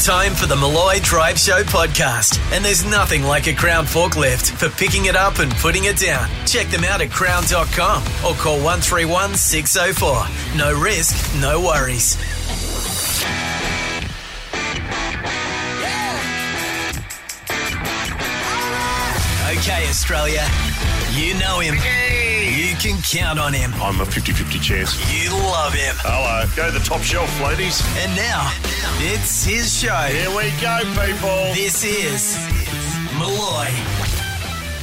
time for the Malloy Drive Show podcast, and there's nothing like a Crown forklift for picking it up and putting it down. Check them out at crown.com or call 131 604. No risk, no worries. Okay, Australia, you know him. You can count on him. I'm a 50 50 chance. You love him. Hello. Go to the top shelf, ladies. And now, it's his show. Here we go, people. This is Malloy.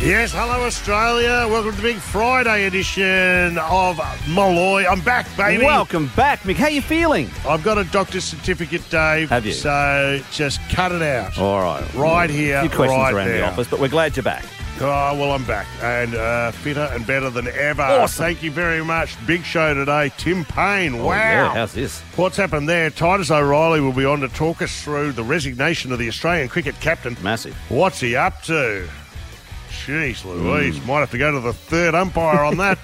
Yes, hello, Australia. Welcome to the big Friday edition of Malloy. I'm back, baby. Welcome back, Mick. How you feeling? I've got a doctor's certificate, Dave. Have you? So just cut it out. All right. Right here, A few questions right around the now. office, but we're glad you're back. Oh, well, I'm back and uh, fitter and better than ever. Awesome. Thank you very much. Big show today. Tim Payne. Oh, wow. yeah. How's this? What's happened there? Titus O'Reilly will be on to talk us through the resignation of the Australian cricket captain. Massive. What's he up to? Jeez Louise, Hmm. might have to go to the third umpire on that.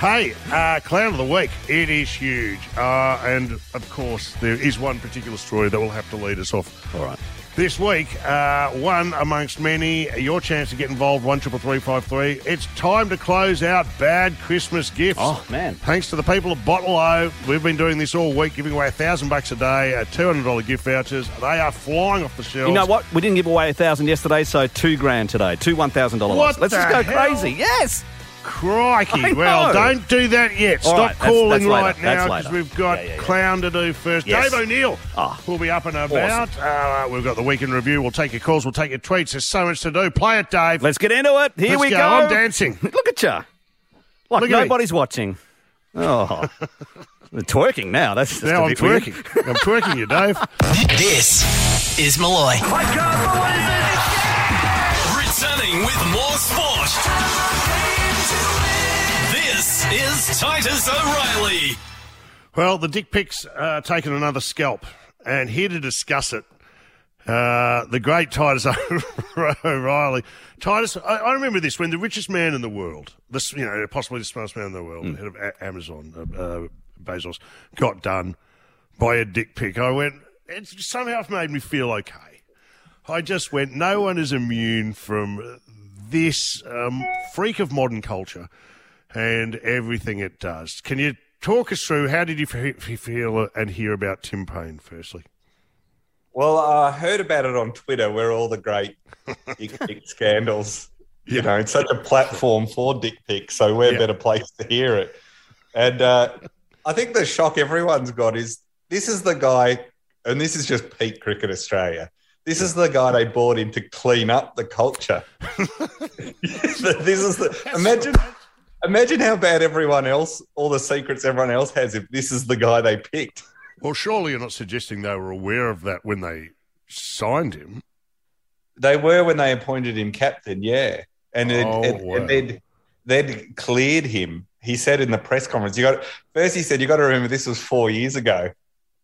hey, uh, clown of the week. It is huge. Uh, and of course, there is one particular story that will have to lead us off. All right. This week, uh, one amongst many, your chance to get involved, one triple three five three. It's time to close out bad Christmas gifts. Oh, man. Thanks to the people at Bottle O, we've been doing this all week, giving away a thousand bucks a day, uh, two hundred dollar gift vouchers. They are flying off the shelves. You know what? We didn't give away a thousand yesterday, so two grand today. Two one thousand dollar What lots. Let's just the go hell? crazy. Yes. I Crikey! Well, know. don't do that yet. All Stop right, that's- calling that's later, right now that's because later. we've got Yeah, yeah, yeah. clown to do first. Yes. Dave O'Neill Ah. will be up and about. Uh, we've got the weekend review. We'll take your calls. We'll take your tweets. There's so much to do. Play it, Dave. Let's get into it. Here Let's we go. go. I'm dancing. Look at you. Like Look at me. nobody's watching. Oh. They're twerking now. That's just Now a I'm bit weird. twerking. I'm twerking you, Dave. This is Malloy. Returning with more sport. This is Titus O'Reilly. Well, the dick pic's uh, taken another scalp, and here to discuss it, uh, the great Titus O'Reilly. Titus, I, I remember this when the richest man in the world, this you know possibly the smartest man in the world, head of a- Amazon, uh, uh, Bezos, got done by a dick pic. I went, it somehow made me feel okay. I just went, no one is immune from this um, freak of modern culture and everything it does. Can you talk us through how did you fe- fe- feel and hear about Tim Payne, firstly? Well, I heard about it on Twitter where all the great dick pic scandals, you know, it's such a platform for dick pics. So we're Yeah. a better place to hear it. And uh, I think the shock everyone's got is this is the guy, and this is just peak cricket Australia. This is the guy they brought in to clean up the culture. this is the imagine. Imagine how bad everyone else, all the secrets everyone else has, if this is the guy they picked. Well, surely you're not suggesting they were aware of that when they signed him. They were when they appointed him captain, yeah. And, it, Oh, it- wow. and they'd, they'd cleared him. He said in the press conference, you got first he said, you got to remember this was four years ago.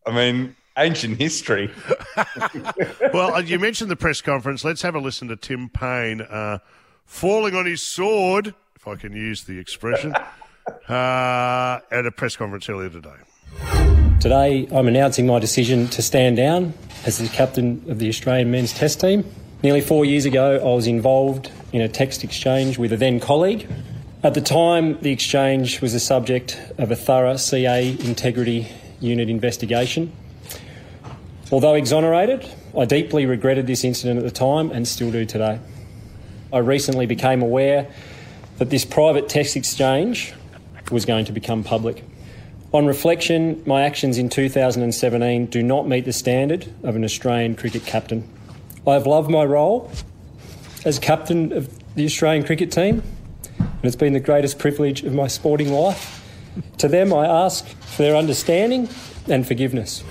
I mean, ancient history. well, uh, you mentioned the press conference. Let's have a listen to Tim Payne uh, falling on his sword, if I can use the expression, uh, at a press conference earlier today. Today, I'm announcing my decision to stand down as the captain of the Australian men's test team. Nearly four years ago, I was involved in a text exchange with a then colleague. At the time, the exchange was the subject of a thorough CA integrity unit investigation. Although exonerated, I deeply regretted this incident at the time and still do today. I recently became aware that this private text exchange was going to become public. On reflection, my actions in 2017 do not meet the standard of an Australian cricket captain. I have loved my role as captain of the Australian cricket team, and it's been the greatest privilege of my sporting life. To them, I ask for their understanding and forgiveness.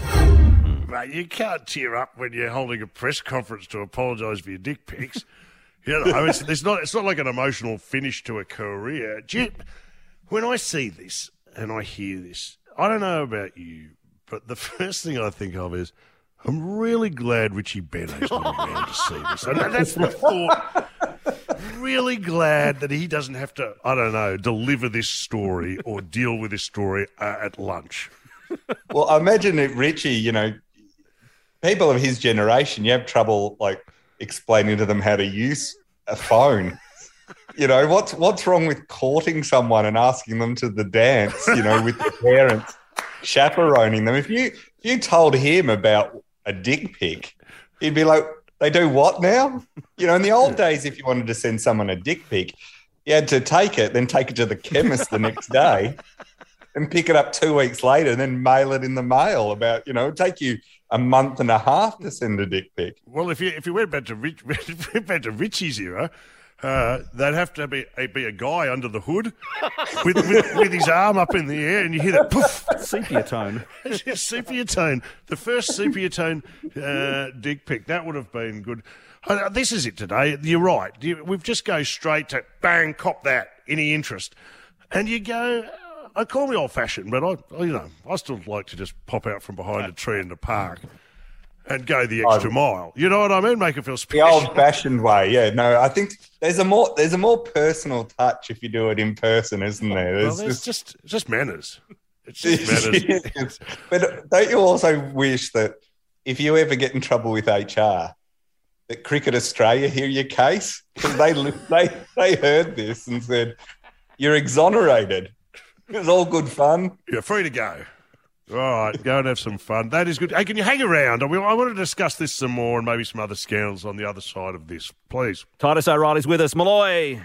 Mate, you can't tear up when you're holding a press conference to apologise for your dick pics. you know, it's, it's not it's not like an emotional finish to a career. Do you, when I see this and I hear this, I don't know about you, but the first thing I think of is I'm really glad Richie Beno's not around to see this. I know that's the thought. Really glad that he doesn't have to, I don't know, deliver this story or deal with this story uh, at lunch. Well, I imagine if Richie, you know, people of his generation, you have trouble like explaining to them how to use a phone. you know, what's what's wrong with courting someone and asking them to the dance, you know, with their parents chaperoning them? If you if you told him about a dick pic, he'd be like, They do what now? You know, in the old days, if you wanted to send someone a dick pic, you had to take it, then take it to the chemist the next day and pick it up two weeks later and then mail it in the mail about, you know, it'd take you a month and a half to send a dick pic. Well, if you if you went back to Rich, if you went back to Richie's era, uh, they'd have to be a, be a guy under the hood with, with with his arm up in the air, and you hear that poof. Sepia tone. It's just sepia tone, the first sepia tone uh, dick pic. That would have been good. Uh, This is it today. You're right. You- We've just go straight to bang, cop that. Any interest, and you go. uh, I call me old fashioned, but I, I, you know, I still like to just pop out from behind a tree in the park and go the extra mile. You know what I mean? Make it feel The special. old fashioned way, yeah. No, I think there's a more there's a more personal touch if you do it in person, isn't there? Well, There's there's just- just just manners. It's just manners. Yes. But don't you also wish that if you ever get in trouble with HR, that Cricket Australia hear your case? Because they, li- they, they heard this and said, you're exonerated. It was all good fun. You're free to go. All right, go and have some fun. That is good. Hey, can you hang around? I, will- I want to discuss this some more and maybe some other scandals on the other side of this, please. Titus O'Reilly's with us. Malloy.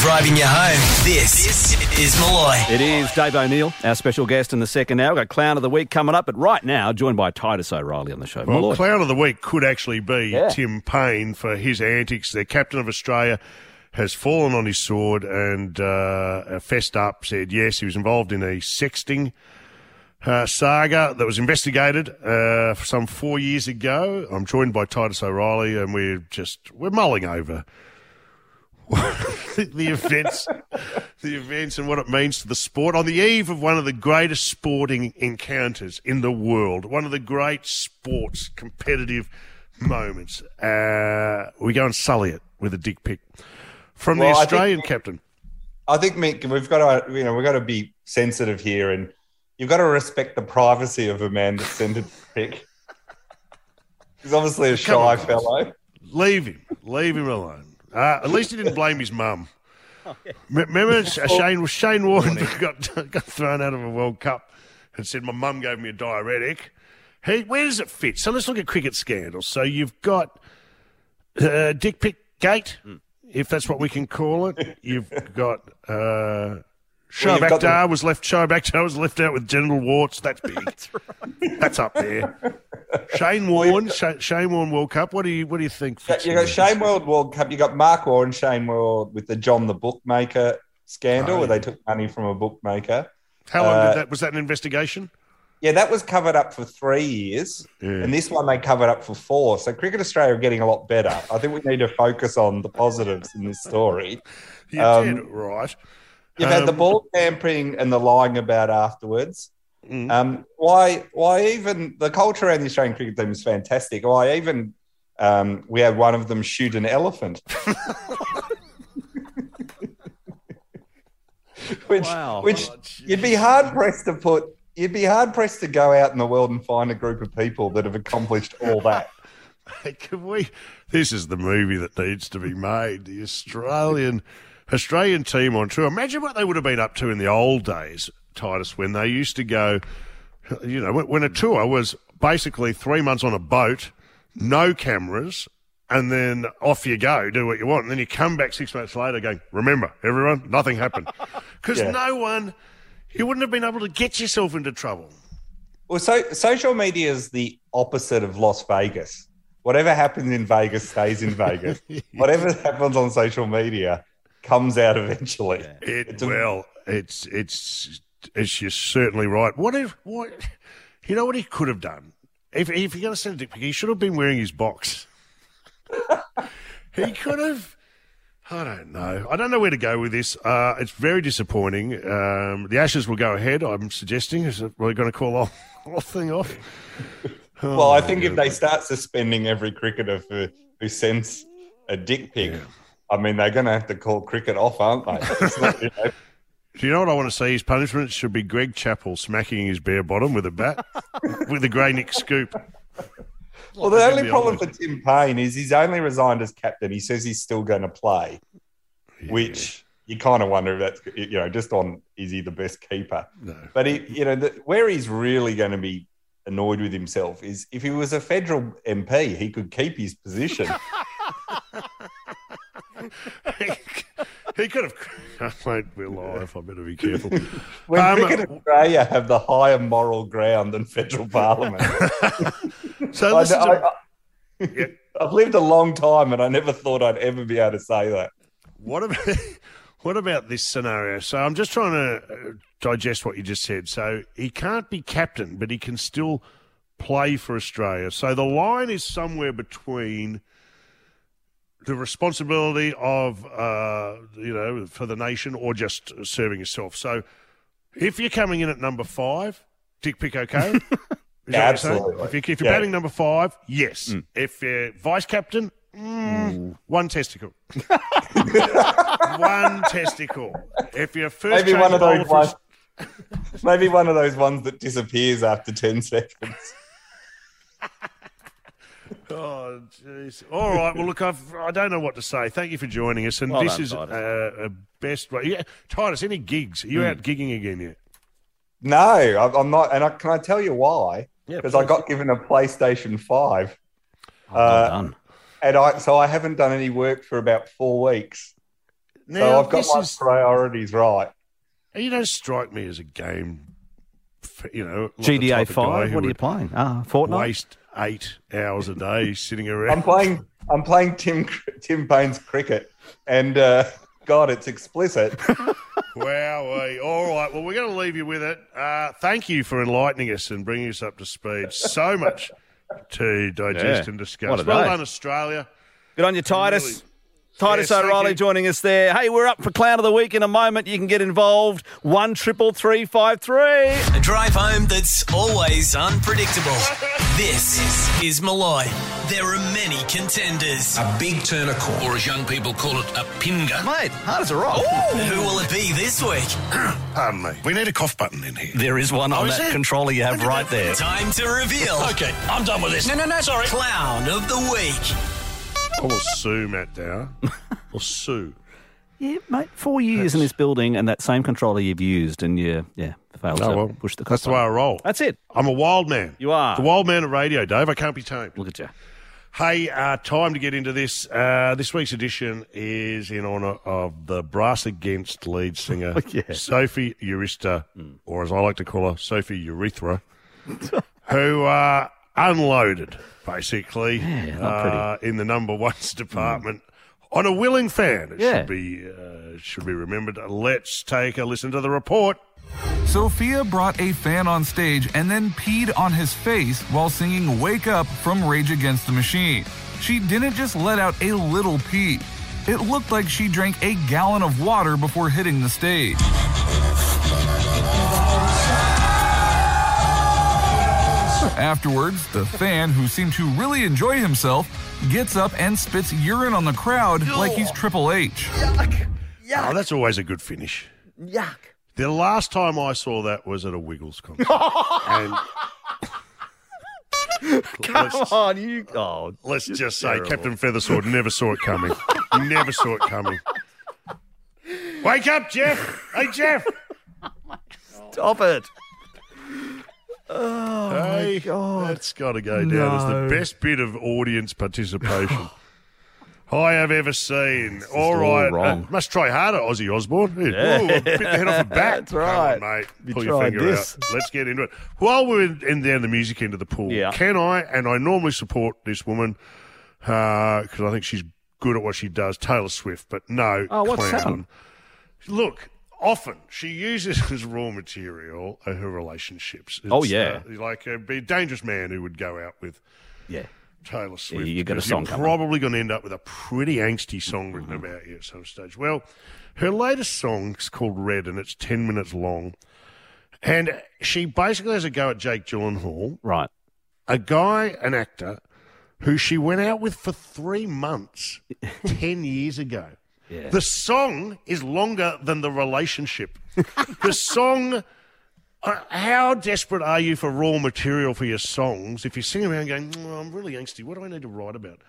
Driving you home. This, this is Malloy. It is Dave O'Neill, our special guest in the second hour. We've got Clown of the Week coming up, but right now, joined by Titus O'Reilly on the show. Well, Malloy. clown of the week could actually be Yeah. Tim Payne for his antics. The captain of Australia has fallen on his sword and uh, fessed up, said yes, he was involved in a sexting uh, saga that was investigated uh, some four years ago. I'm joined by Titus O'Reilly, and we're just we're mulling over the events, the events, and what it means to the sport on the eve of one of the greatest sporting encounters in the world, one of the great sports competitive moments. Uh, we go and sully it with a dick pic from Well, I the think- Australian captain. I think, Mick, we've got to, you know, we've got to be sensitive here and you've got to respect the privacy of a man that sent a pic. He's obviously a shy on, fellow. Leave him. Leave him alone. Uh, at least he didn't blame his mum. M- Remember, uh, Shane Shane Warne got got thrown out of a World Cup and said, "My mum gave me a diuretic." Hey, where does it fit? So let's look at cricket scandals. So you've got uh, Dick Pick Gate, Hmm. if that's what we can call it. You've got uh, Shoaib you've got the- Akhtar was left. Shoaib Akhtar was left out with genital warts. That's big. that's, up there. Shane Warne, Sha- Shane Warne World Cup. What do you What do you think? fits You in got there? Shane World World Cup. You got Mark Warren, Shane World with the John the Bookmaker scandal, Oh, where they took money from a bookmaker. How long Uh, did that was that an investigation? Yeah, that was covered up for three years, and this one they covered up for four. So Cricket Australia are getting a lot better. I think we need to focus on the positives in this story. You um, did right. You've had the Um, ball tampering and the lying about afterwards. Um, why? Why even the culture around the Australian cricket team is fantastic. Why even um, we had one of them shoot an elephant, which Wow. which you'd be hard pressed to put. You'd be hard pressed to go out in the world and find a group of people that have accomplished all that. Can we? This is the movie that needs to be made. The Australian Australian team on tour. Imagine what they would have been up to in the old days, Titus, when they used to go. You know, when- when a tour was basically three months on a boat, no cameras, and then off you go, do what you want, and then you come back six months later, going, "Remember, everyone, nothing happened," because no one, you wouldn't have been able to get yourself into trouble. Well, so social media is the opposite of Las Vegas. Whatever happens in Vegas stays in Vegas. Whatever happens on social media comes out eventually. It a- well, it's it's it's you're certainly right. What if what you know what he could have done? If if you're gonna send a dick pic, he should have been wearing his box. he could have I don't know. I don't know where to go with this. Uh, it's very disappointing. Um, the Ashes will go ahead, I'm suggesting. Is it, we're going to call off whole thing off. Well, Oh, I think if they start suspending every cricketer for, who sends a dick pic, I mean, they're going to have to call cricket off, aren't they? It's not, you know, Do you know what I want to see? His punishment should be Greg Chappell smacking his bare bottom with a bat, with a grey nick scoop. Well, the only problem for Tim Payne is he's only resigned as captain. He says he's still going to play, which you kind of wonder if that's you know just on is he the best keeper? No. But he, you know, the, where he's really going to be annoyed with himself is if he was a federal MP, he could keep his position. he could have. Mate, we're live. I better be careful. when Um, Cricket Australia have the higher moral ground than federal parliament. So I, this is a- have lived a long time, and I never thought I'd ever be able to say that. What about what about this scenario? So I'm just trying to uh, digest what you just said. So he can't be captain, but he can still play for Australia. So the line is somewhere between the responsibility of uh, you know for the nation or just serving yourself. So if you're coming in at number five, Dick Pick okay. Is that what you're saying? Absolutely. If, you, if you're Yeah. batting number five, yes. Mm. If you're vice captain, mm, one testicle one testicle. If you're first Maybe change one of those bowler for- ones. Maybe one of those ones that disappears after ten seconds. Oh, jeez. All right. Well, look, I've, I don't know what to say. Thank you for joining us. And Well this done, is Titus. Mm. uh, a best way. Yeah, Titus, any gigs? Are you out gigging again yet? No, I- I'm not. And I, can I tell you why? Yeah, Because I got given a PlayStation Five, uh, Oh, well done. and I so I haven't done any work for about four weeks. so I've got this my is, priorities right. you don't strike me as a game. f- You know, like the type GDA of guy five. who What are you would playing? Ah, Fortnite. Waste eight hours a day sitting around. I'm playing. I'm playing Tim Tim Payne's cricket, and uh, God, it's explicit. Wowee. uh, All right. Well, we're going to leave you with it. Uh, thank you for enlightening us and bringing us up to speed. So much to digest Yeah. and discuss. What a well day. done, Australia. Good on you, Titus. Really? Titus Yes, thank O'Reilly you. joining us there. Hey, we're up for Clown of the Week in a moment. You can get involved. One triple three five three. A drive home that's always unpredictable. This is Malloy. There are many contenders. A big turnicle, or as young people call it, a pinger. Mate, hard as a rock. Who will it be this week? Pardon me. We need a cough button in here. There is one on is that there? controller you have right there. Time to reveal Okay, I'm done with this. No, no, no, sorry. Clown of the Week. I will sue Matt Dower. I'll sue. Yeah, mate, four years in this building and that same controller you've used and you, yeah, failed Oh, to well, push the That's cost the way I roll. That's it. Oh. I'm a wild man. You are. The wild man of radio, Dave. I can't be tamed. Ah. Look at you. Hey, uh, time to get into this. Uh, this week's edition is in honour of the Brass Against lead Oh, singer Sophie Eurista, Hmm. or as I like to call her, Sophie Urethra, who uh, unloaded basically not pretty. Hmm. uh, in the number ones department on a willing fan. It Yeah. should be uh, should be remembered. Let's take a listen to the report. Sophia brought a fan on stage and then peed on his face while singing Wake Up from Rage Against the Machine. She didn't just let out a little pee. It looked like she drank a gallon of water before hitting the stage. Afterwards, the fan, who seemed to really enjoy himself, gets up and spits urine on the crowd like he's Triple H. Oh, that's always a good finish. Yuck. The last time I saw that was at a Wiggles concert. and let's, Oh, you. Oh, let's just say Captain Feathersword never saw it coming. never saw it coming. Wake up, Jeff! Hey, Jeff! stop it. Oh, Oh, hey, that's got to go down as the best bit of audience participation I have ever seen. All all right, wrong. Uh, must try harder, Ozzy Osbourne. Hey, Ooh, I bit the head off a bat. That's right. Come on, mate. You Pull your tried finger this. out. Let's get into it. While we're in, in down the music end of the pool, Yeah. can I? And I normally support this woman because I think she's good at what she does. Taylor Swift, but no, Oh, what's clown. happened? Look, often she uses as raw material uh, her relationships. It's, Oh, yeah. uh, like uh, be a dangerous man who would go out with Yeah. Taylor Swift. you got a because song You're coming. Mm-hmm. probably going to end up with a pretty angsty song written about you at some stage. Well, her latest song is called Red, and it's ten minutes long. And she basically has a go at Jake Gyllenhaal, Right. a guy, an actor, who she went out with for three months ten years ago. The song is longer than the relationship. the song. Uh, how desperate are you for raw material for your songs? If you sing around going, "Mm, I'm really angsty. What do I need to write about?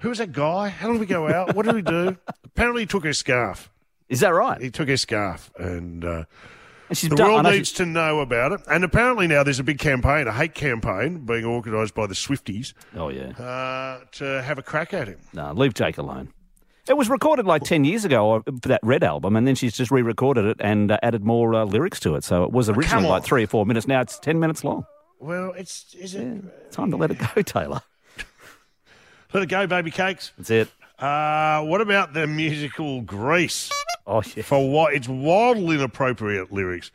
Who was that guy? How did we go out? What did we do? Apparently, he took her scarf. Is that right? He took her scarf, and uh, And she's the done. I world know she- needs to know about it. And apparently now there's a big campaign, a hate campaign, being organised by the Swifties oh yeah. uh, to have a crack at him. No, leave Jake alone. It was recorded like 10 years ago uh, for that Red album, and then she's just re recorded it and uh, added more uh, lyrics to it. So it was originally Oh, on. like three or four minutes. Now it's 10 minutes long. Well, it's is it? Time to let it go, Taylor. Let it go, baby cakes. That's it. Uh, what about the musical Grease? Oh, yeah. For what? It's wildly inappropriate lyrics,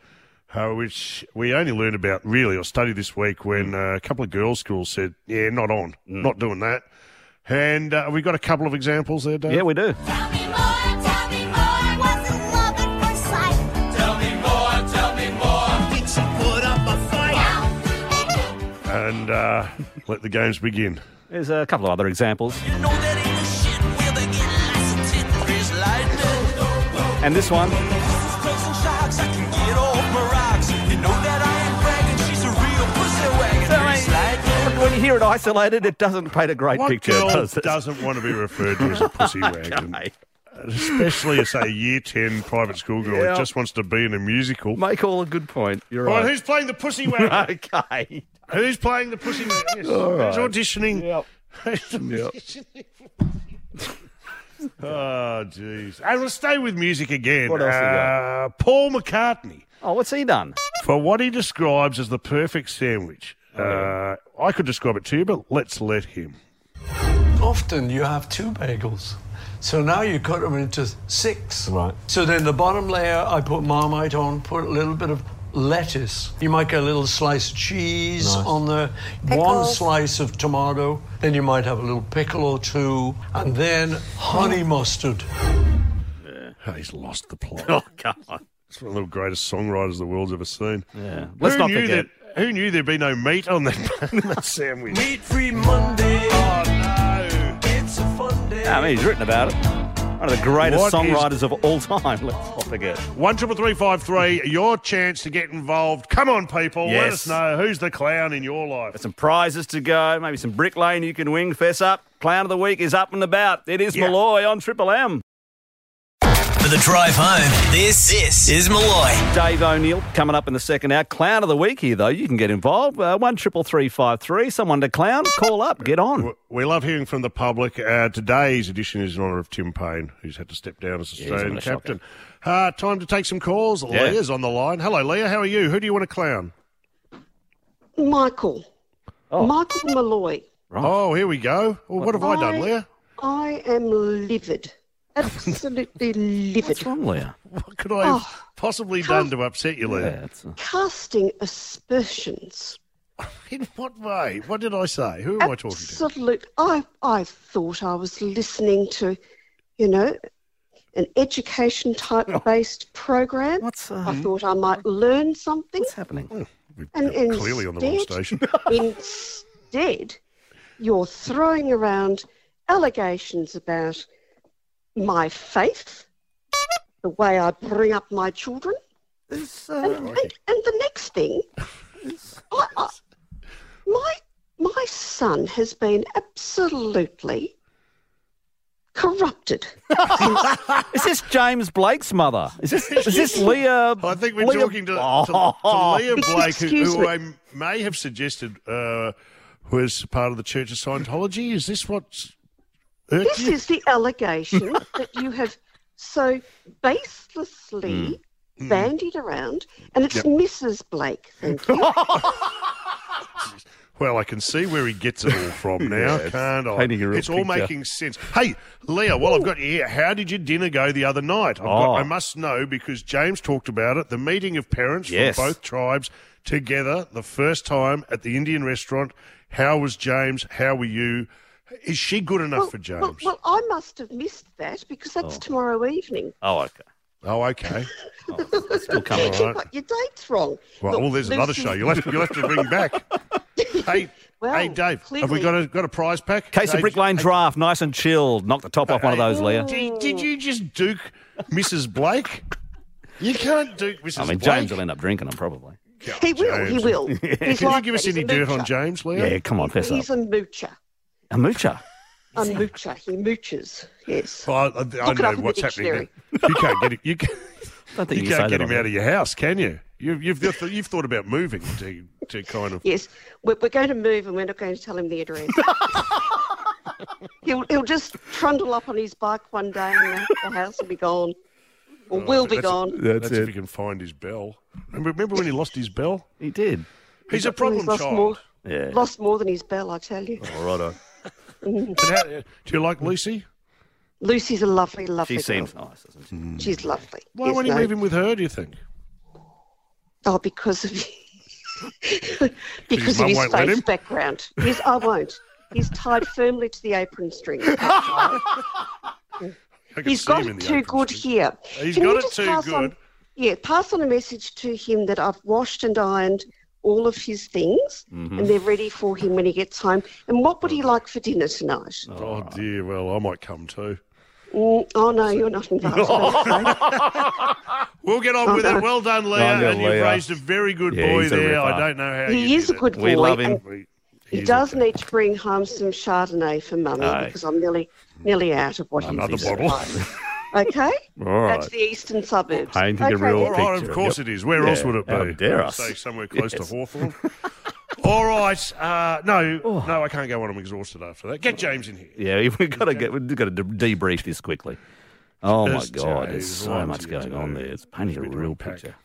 uh, which we only learned about really or studied this week when Mm. uh, a couple of girls' schools said, "Yeah, not on, not doing that." And uh, we got a couple of examples there, Dave. Yeah, we do. Tell me more, tell me more. Was it love at first sight? Tell me more, tell me more. Did she put up a fight? and uh, let the games begin. There's a couple of other examples. You know that ain't a shit. Will they get licensed? Hit the wrist Oh, lightning. And this one. Placing shocks, I can get off my rocks. You know that I ain't bragging. She's a real pussy wagon. Wrist lightning. Look, when you hear it isolated, it doesn't paint a great What picture, girl does it? doesn't want to be referred to as a pussy wagon? Hey, Especially as a year 10 private school girl Yeah. who just wants to be in a musical. Oh, Make all a good point. You're All right, right. who's playing the pussy wagon? Okay. who's playing the pussy wagon? Yes. Who's auditioning? Yep. Oh, jeez. And we'll stay with music again. What else we uh, Paul McCartney, Oh, what's he done? for what he describes as the perfect sandwich. Oh, Uh, I could describe it to you, but let's let him. Often you have two bagels. So now you cut them into six. Right. So then the bottom layer I put marmite on, put a little bit of lettuce. You might get a little slice of cheese Nice. on there, one slice of tomato, then you might have a little pickle or two, and then honey mustard. Oh, he's lost the plot. Oh, come on. It's one of the greatest songwriters the world's ever seen. Yeah. Let's who not knew forget. That, who knew there'd be no meat on that, on that sandwich? Meat free Monday. no. It's a fun day. I mean, he's written about it. One of the greatest What is- songwriters of all time. Let's not forget. One triple three five three. Your chance to get involved. Come on, people. Let Yes. us know who's the clown in your life. Got some prizes to go, maybe some brick lane you can wing. Fess up. Clown of the week is up and about. It is Yeah. Malloy on Triple M. For the drive home, this, this is Malloy. Dave O'Neill coming up in the second hour. Clown of the week here though. You can get involved. Uh, One triple three five three. Someone to clown. Call up. Get on. We love hearing from the public. Uh, today's edition is in honour of Tim Payne, who's had to step down as he's having Australian a shocker. captain. Uh, time to take some calls. Leah's on the line. Hello, Leah. How are you? Who do you want to clown? Michael. Oh. Michael Malloy. Oh, here we go. Well, what have I done, I- Leah? I am livid. Absolutely livid. Oh, What's wrong, Leah? Oh, What could I have possibly done to upset you, Leah? Yeah, it's, uh, Casting aspersions. In what way? What did I say? Who am I talking to? Absolute. I, I thought I was listening to, you know, an education type Oh. based program. What's, uh, Hmm? I thought I might learn something. what's happening? We've And got clearly on the wrong instead- station. Instead, you're throwing around allegations about my faith, the way I bring up my children, It's, and, uh, Oh, and, and the next thing, I, I, my my son has been absolutely corrupted. is this James Blake's mother? Is this is this Leah? I think we're Leah- talking to, to, to Oh. Leah Blake, who, Excuse who me. I m- may have suggested uh, was part of the Church of Scientology. Is this what's hurt This you? is the allegation that you have so Mm. baselessly bandied around, and it's Mrs. Blake. Thank you. Oh, Well, I can see where he gets it all from now, can't I? painting a real It's all picture. making sense. Hey, Leah, while I've got you here, how did your dinner go the other night? I've Oh. got, I must know because James talked about it the meeting of parents Yes. from both tribes together the first time at the Indian restaurant. How was James? How were you? Is she good enough for James? Well, well, I must have missed that because that's tomorrow evening. Oh, okay. Oh, okay. Still You coming. got your dates wrong. Well, Look, well there's another Lucy- show. You'll have to, you'll have to ring back. hey, Well, hey, Dave, have we clearly- got a got a prize pack? Case of Dave, Brick Lane draft, nice and chilled. Knock the top off one of those, Leah. Did, did you just duke Mrs. Blake? You can't duke Mrs. I mean, Blake. James will end up drinking them probably. He will. He James. will. He's Can you like give that. us He's any a dirt on moocher. James, Leo? Yeah, come on, fess up. He's a moocher. A moocher. A moocher. He mooches. Yes. Well, I, I Look it know up in the what's happening. dictionary. there. You can't get it. You, can, I don't think you you, can't say get that on him here. out of your house, can you? You've you've you've, you've thought about moving to to kind of. Yes. We're, we're going to move, and we're not going to tell him the address. he'll he'll just trundle up on his bike one day, and the, the house will be gone, or Oh, will be uh, That's- gone. That's, if he can find his bell. Remember, remember when he lost his bell? He did. He's a And problem he's lost child. more. Yeah. Lost more than his bell, I tell you. All right. uh, And how- uh, do you like Lucy? Lucy's a lovely, lovely She girl. seems nice, doesn't she? She's lovely. Why Yes, won't you no. move in with her? Do you think? Oh, because of because mum of his won't let face him? background. Yes, I won't. He's tied firmly to the apron string. I can He's see got him in it the too open good street. here. He's Can you got it just too pass good. On, yeah, pass on a message to him that I've washed and ironed all of his things, Mm-hmm. and they're ready for him when he gets home. And what would he like for dinner tonight? Oh dear. Well, I might come too. Mm, oh no, you're not invited. I'm afraid. We'll get on with it. Well done, Leah. done, and you've Leah. raised a very good Yeah, boy he's a there. I ripper. don't know how He you is a did it. good We boy. love him. and We- He he's does a- need to bring home some Chardonnay for Mummy Aye. because I'm nearly nearly out of what another he's bottle. Okay, All that's right. the eastern suburbs. Painting a Okay, real All right, of picture. course it is. Where Yeah, else would it be? how dare us. Say somewhere close Yes. to Hawthorne. All right. Uh, no, Oh. no, I can't go on. I'm exhausted after that. Get James in here. Yeah, we've got to get we've got to de- debrief this quickly. Oh Just my God, there's James, so one much to going you, on Dave. there. It's painting a Bit of a real pack. picture.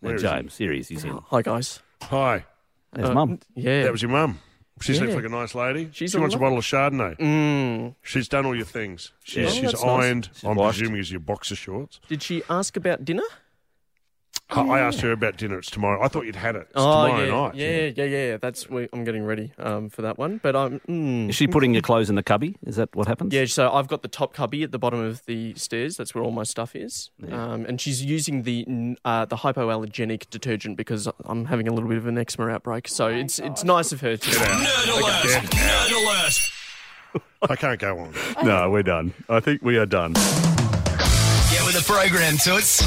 Where Now, is he? Oh. James, serious, he's in. Hi guys. Hi. There's Uh, mum. Yeah. That was your mum. She seems Yeah. like a nice lady. She's she a wants a lo- bottle of Chardonnay. Mm. She's done all your things. She's, Yeah. Oh, she's that's nice. ironed, She's I'm washed. presuming, is your boxer shorts. Did she ask about dinner? I- Oh, I asked her about dinner. It's tomorrow. I thought you'd had it. It's tomorrow yeah, night. yeah, yeah, yeah, yeah. That's where I'm getting ready um, for that one. But I'm. Mm. Is she putting your clothes in the cubby? Is that what happens? Yeah, so I've got the top cubby at the bottom of the stairs. That's where all my stuff is. Um, and she's using the n- uh, the hypoallergenic detergent because I'm having a little bit of an eczema outbreak. So it's it's nice of her to. Nerd alert! Nerd alert! I can't go on. No, we're done. I think we are done. Get with the program, Toots.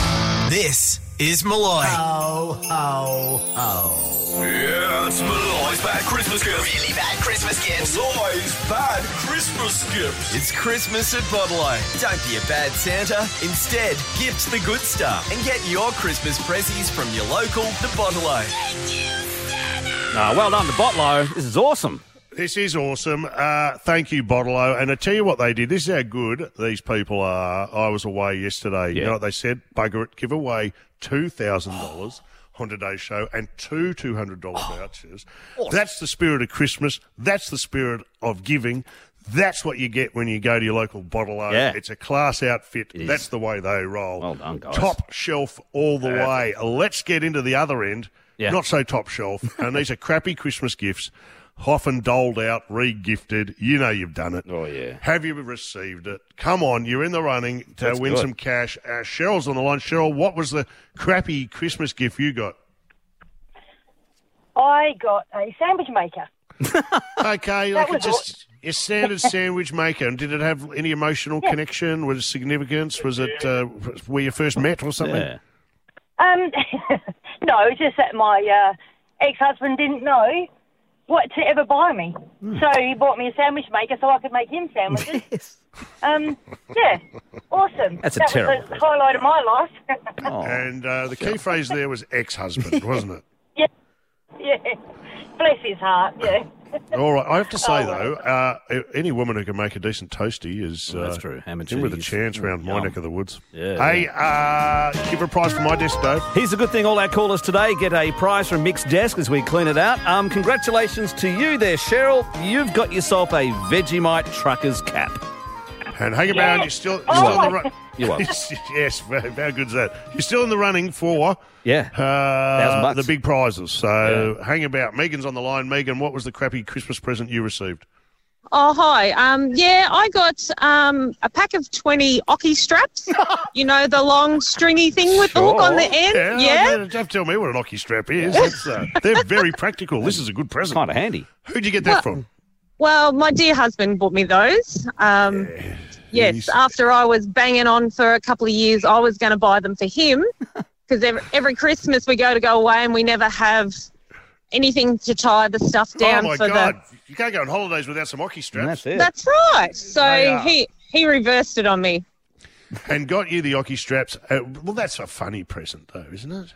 This is Malloy. Oh, oh, oh. Yeah, it's Malloy's Bad Christmas Gifts. Really bad Christmas gifts. Malloy's Bad Christmas Gifts. It's Christmas at Bodley. Don't be a bad Santa. Instead, gift the good stuff and get your Christmas prezzies from your local, the Bodley. Ah, well done to Botlow. This is awesome. This is awesome. Uh, thank you, Bottle-O. And I tell you what they did. This is how good these people are. I was away yesterday. You Yeah. know what they said? Bugger it. Give away $2,000 on today's show and two $200 vouchers. That's the spirit of Christmas. That's the spirit of giving. That's what you get when you go to your local Bottle-O. Yeah. It's a class outfit. is. That's the way they roll. Well done, guys. Top shelf all the way. Let's get into the other end. Yeah. Not so top shelf. and these are crappy Christmas gifts, often doled out, re gifted. You know you've done it. Oh, yeah. Have you received it? Come on, you're in the running to That's win good. some cash. Uh, Cheryl's on the line. Cheryl, what was the crappy Christmas gift you got? I got a sandwich maker. Okay, like a was just your standard sandwich maker. And did it have any emotional connection? Was it significance? Was it uh, where you first met or something? Yeah. Um, no, it's just that my uh, ex-husband didn't know what to ever buy me, Mm. so he bought me a sandwich maker so I could make him sandwiches. Um, yeah, awesome. That's a that terrible was the present. highlight of my life. Oh, And uh, the key phrase there was ex-husband, wasn't it? yeah, bless his heart. Yeah. All right. I have to Oh, say though, uh, any woman who can make a decent toasty is Well, that's uh, true. Ham and in with a cheese. chance round my Yum. neck of the woods. Yeah, Hey, uh, give a prize for my desk, Dave. Here's a good thing all our callers today get a prize from Mick's desk as we clean it out. Um, congratulations to you there, Cheryl. You've got yourself a Vegemite trucker's cap. And hang around. You're still, you're Oh, still in the my- run. You're welcome. yes. well, How good's that? You're still in the running for Yeah. Thousand uh, bucks. the big prizes. So hang about. Megan's on the line. Megan, what was the crappy Christmas present you received? Oh, hi. Um, yeah, I got um, a pack of 20 Ocky straps. you know, the long stringy thing with the hook on the end. Yeah, Yeah. don't- don't tell me what an Ocky strap is. It's, uh, they're very practical. This is a good present. Kind of handy. Who'd you get that Well- from? Well, my dear husband bought me those. Um, yes, after I was banging on for a couple of years, I was going to buy them for him because every, every Christmas we go to go away and we never have anything to tie the stuff down oh my for god! You can't go on holidays without some Ocky straps. That's the. That's right. They So are. he he reversed it on me. and got you the Ocky straps. Uh, well, that's a funny present, though, isn't it?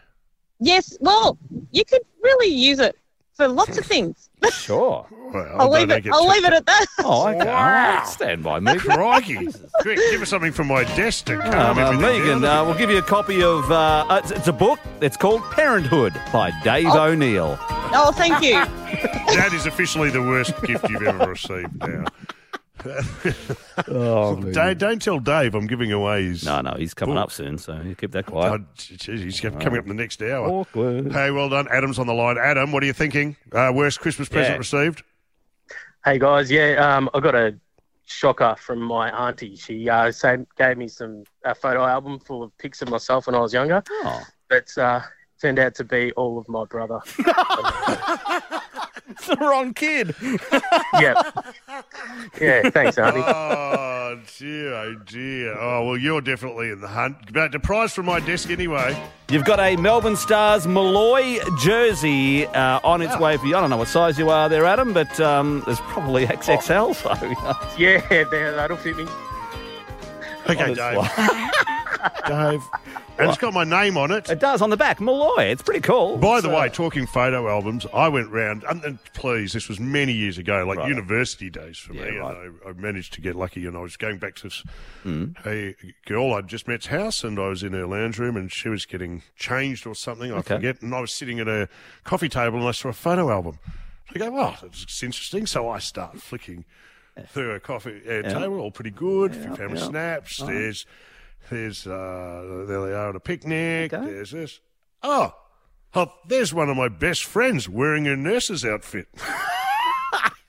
Yes, well, you could really use it for lots of things. Sure. Well, I'll don't leave make it. I'll too- leave it at that. Oh, okay. All right. Stand by, Megan. Crikey. Quick, give us something from my desk to calm Uh, everything Megan, down. uh, we'll give you a copy of uh, uh, it's, it's a book. It's called Parenthood by Dave O'Neill. Oh, thank you. that is officially the worst gift you've ever received now. Oh, Dave, don't tell Dave I'm giving away his. No, no, he's coming up soon, so you keep that quiet. Oh, Oh, geez, he's coming up in the next hour. Awkward. Hey, well done. Adam's on the line. Adam, what are you thinking? Uh, worst Christmas present Yeah. received? Hey guys, yeah, um, I got a shocker from my auntie. She uh, same, gave me some a photo album full of pics of myself when I was younger. Oh. But uh, turned out to be all of my brother. it's the wrong kid. yeah. Yeah, thanks, auntie. Oh, dear, oh, dear. Oh, well, you're definitely in the hunt. But the prize from my desk, anyway. You've got a Melbourne Stars Malloy jersey uh, on Ah. its way for you. I don't know what size you are there, Adam, but um, there's probably Oh. XXL. So Yeah, that- that'll fit me. Okay, Dave. Dave. And it's got my name on it. It does on the back, Malloy. It's pretty cool. By the So- way, talking photo albums, I went round, and, and please, this was many years ago, like university days for me. And I, I managed to get lucky, and I was going back to s- Hmm. a girl I'd just met's house, and I was in her lounge room, and she was getting changed or something, I Okay. forget. And I was sitting at her coffee table, and I saw a photo album. I go, oh, that's interesting. So I start flicking through her coffee uh, Yeah. table, all pretty good. a few family yeah. snaps. Oh. There's, there's, uh, there they are at a picnic. There's this. Oh, oh, there's one of my best friends wearing her nurse's outfit,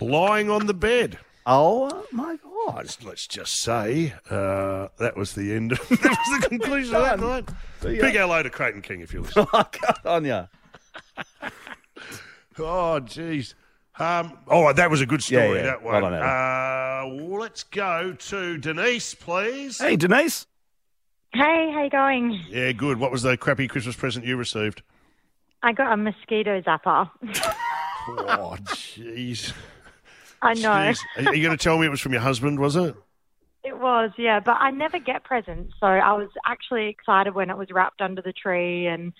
lying on the bed. Oh my God! Let's, let's just say uh, that was the end. Of, that was the conclusion of that night. See ya. Big hello to Creighton King if you listen. on ya. Oh, jeez. Um, oh, that was a good story, Yeah, yeah. that Well one. done, uh, let's go to Denise, please. Hey, Denise. Hey, how you going? Yeah, good. What was the crappy Christmas present you received? I got a mosquito zapper. Oh, jeez. I know. Jeez. Are are you going to tell me it was from your husband, was it? It was, yeah, but I never get presents, so I was actually excited when it was wrapped under the tree and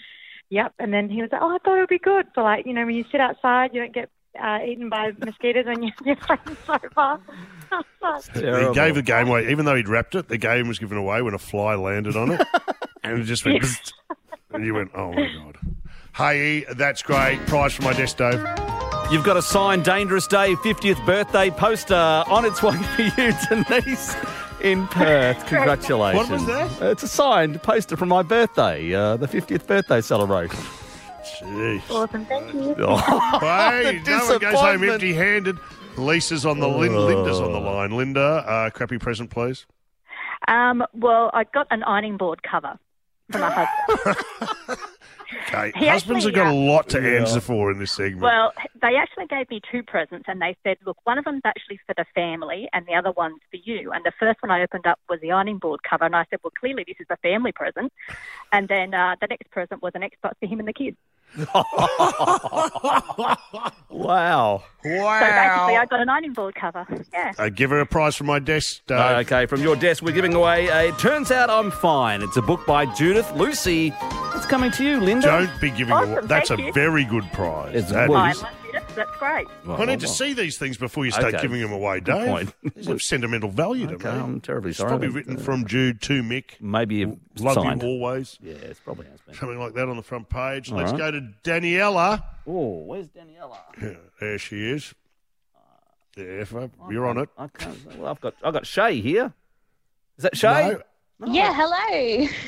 yep, and then he was like, "Oh, I thought it would be good for like, you know, when you sit outside, you don't get uh, eaten by mosquitoes on your, your front sofa." I was like, He gave the game away. Even though he'd wrapped it, the game was given away when a fly landed on it. and it just went... bzzzt. and you went, oh, my God. Hey, that's great. Prize for my desk, Dave. You've got a signed Dangerous Day 50th birthday poster on its way for you, Denise, in Perth. Congratulations. What was that? It's a signed poster from my birthday, uh, the 50th birthday celebration. Jeez. awesome, thank you. Oh. Hey, The no one goes home disappointment. Oh. empty handed. Lisa's on the lin- Linda's on the line. Linda, uh, crappy present, please. Um, well, I got an ironing board cover for my husband. Okay. He Husbands actually, have got a uh, lot to answer for in this segment. Well, they actually gave me two presents and they said, look, one of them's actually for the family and the other one's for you. And the first one I opened up was the ironing board cover and I said, well, clearly this is a family present. And then uh, the next present was an Xbox for him and the kids. Wow. So basically, I got an ironing board cover. Yeah. Uh, give her a prize from my desk. Dave. Uh, okay, from your desk, we're giving away a Turns Out I'm Fine. It's a book by Judith Lucy. It's coming to you, Linda. Don't be giving Awesome, away. That's a thank you. very good prize. It's That well, is- I love it. That's great. Well, I need to well, see these things before you start Okay. giving them away, Good Dave. point. There's some sentimental value to Okay, me. I'm terribly It's sorry. probably but, written uh, from Jude to Mick. Maybe you've Love signed. you always. Yeah, it's probably has been. Something like that on the front page. All Let's right. go to Daniela. Oh, where's Daniela? There she is. Yeah, if I- you're on it. I can't. Well, I've got I've got Shay here. Is that Shay? Yeah, hello.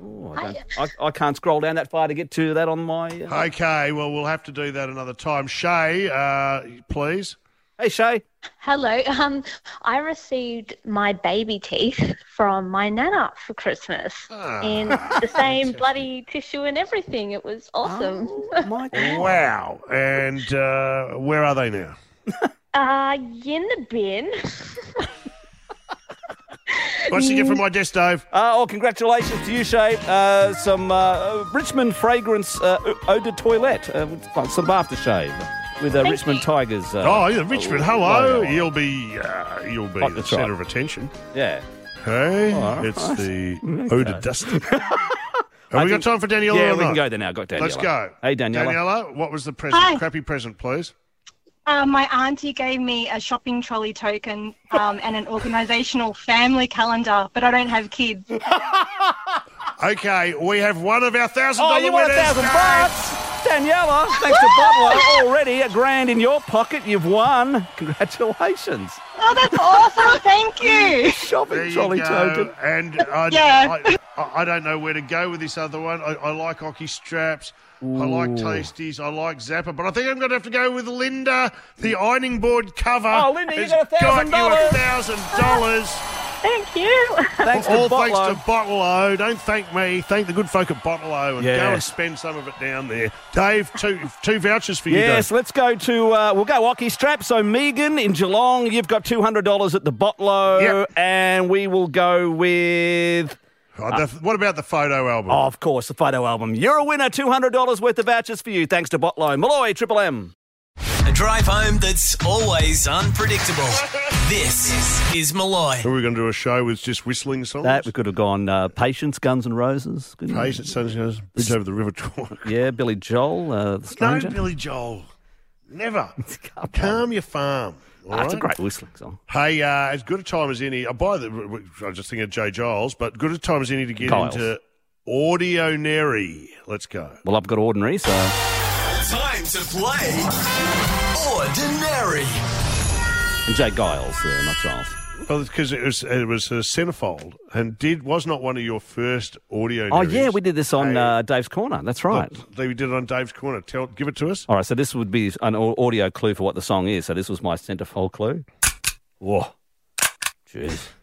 Oh, I, don't, I, I can't scroll down that far to get to that on my. Uh, Okay, well, we'll have to do that another time. Shay, uh, please. Hey, Shay. Hello. Um, I received my baby teeth from my nana for Christmas in the same bloody tissue and everything. It was awesome. Wow. And uh, where are they now? Uh, in the bin. What did you get from my desk, Dave? Uh, oh, congratulations to you, Shay. Uh, some uh, Richmond fragrance uh, eau de toilette, uh, it's like some aftershave with uh, Thank Richmond Tigers. Uh, oh, yeah, Richmond. Hello. logo. You'll be uh, you'll be Like the the tribe. centre of attention. Yeah. Hey, All right. it's the Okay. Oda Dusty. Have I we got think- time for Daniela? Yeah, or we can not? go there now. Got Daniela. Let's go. Hey, Daniela. Daniela, what was the present? Hi. Crappy present, please. Uh, my auntie gave me a shopping trolley token um, and an organisational family calendar, but I don't have kids. Okay, we have one of our thousand Oh, dollars. you won a thousand bucks. Daniela, thanks to Botwell, already a grand in your pocket. You've won. Congratulations. Oh, that's awesome! Thank you. There Shopping you trolley go. token. And I, Yeah. I, I, I don't know where to go with this other one. I, I like hockey straps. I like Ooh. tasties. I like Zappa. But I think I'm going to have to go with Linda. The ironing board cover. Oh, Linda, you Ah, has got $1,000. got you a thousand dollars. Thank you. Thanks to All thanks Botlo. to Bottle O. Don't thank me. Thank the good folk at Bottle O and Yeah. go and spend some of it down there. Dave, two two vouchers for you. Yes, Dave. let's go to uh, we'll go hockey strap. So Megan in Geelong, you've got two hundred dollars at the Botlow, and we will go with. uh, Oh, the- what about the photo album? Oh, of course, the photo album. You're a winner. Two hundred dollars worth of vouchers for you, thanks to Botlow. Malloy Triple M. A drive home that's always unpredictable. This is Malloy. Are we going to do a show with just whistling songs? That we could have gone uh, Patience, Guns and Roses. couldn't we? Patience, Guns N' Roses, Bridge over the River Torque. Yeah, Billy Joel, uh, the No, Stranger. Billy Joel. Never. Calm your farm. all That's Ah, right? a great whistling song. Hey, uh, as good a time as any. Uh, by the, I was just thinking of Jay Giles, but good a time as any to get Giles. into audio nary. Let's go. Well, I've got ordinary, so. Time to play Ordinary. And Jay Giles, uh, not Giles. Well, because it was it was a centerfold and did was not one of your first audio. Oh, yeah, we did this on uh, Dave's Corner. That's right. They did it on Dave's corner. Tell, give it to us. All right, so this would be an au- audio clue for what the song is. So this was my centerfold clue. Whoa. Jeez.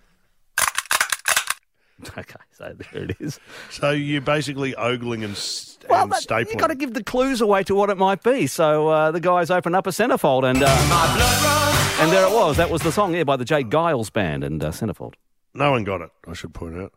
Okay, so there it is. So you're basically ogling and, s- and but stapling. You've got to give the clues away to what it might be. So uh, the guys open up a centerfold, and uh, and there it was. That was the song, yeah, by the Jay Giles Band and uh, Centerfold. No one got it. I should point out.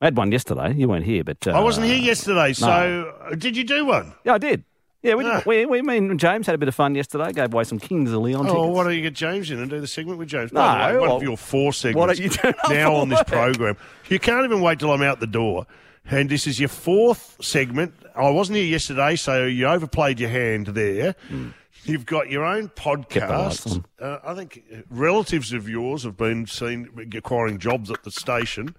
I had one yesterday. You weren't here, but uh, I wasn't here yesterday, no. so uh did you do one? Yeah, I did. Yeah, we, Ah. did, we, we, me and James had a bit of fun yesterday. Gave away some Kings of Leon tickets. Oh, why don't you get James in and do the segment with James? No, By the way, one well, of your four segments why don't you turn up now for on this work? program. You can't even wait till I'm out the door. And this is your fourth segment. I wasn't here yesterday, so you overplayed your hand there. You've got your own Hmm. lights podcast. on. Uh, I think relatives of yours have been seen acquiring jobs at the station.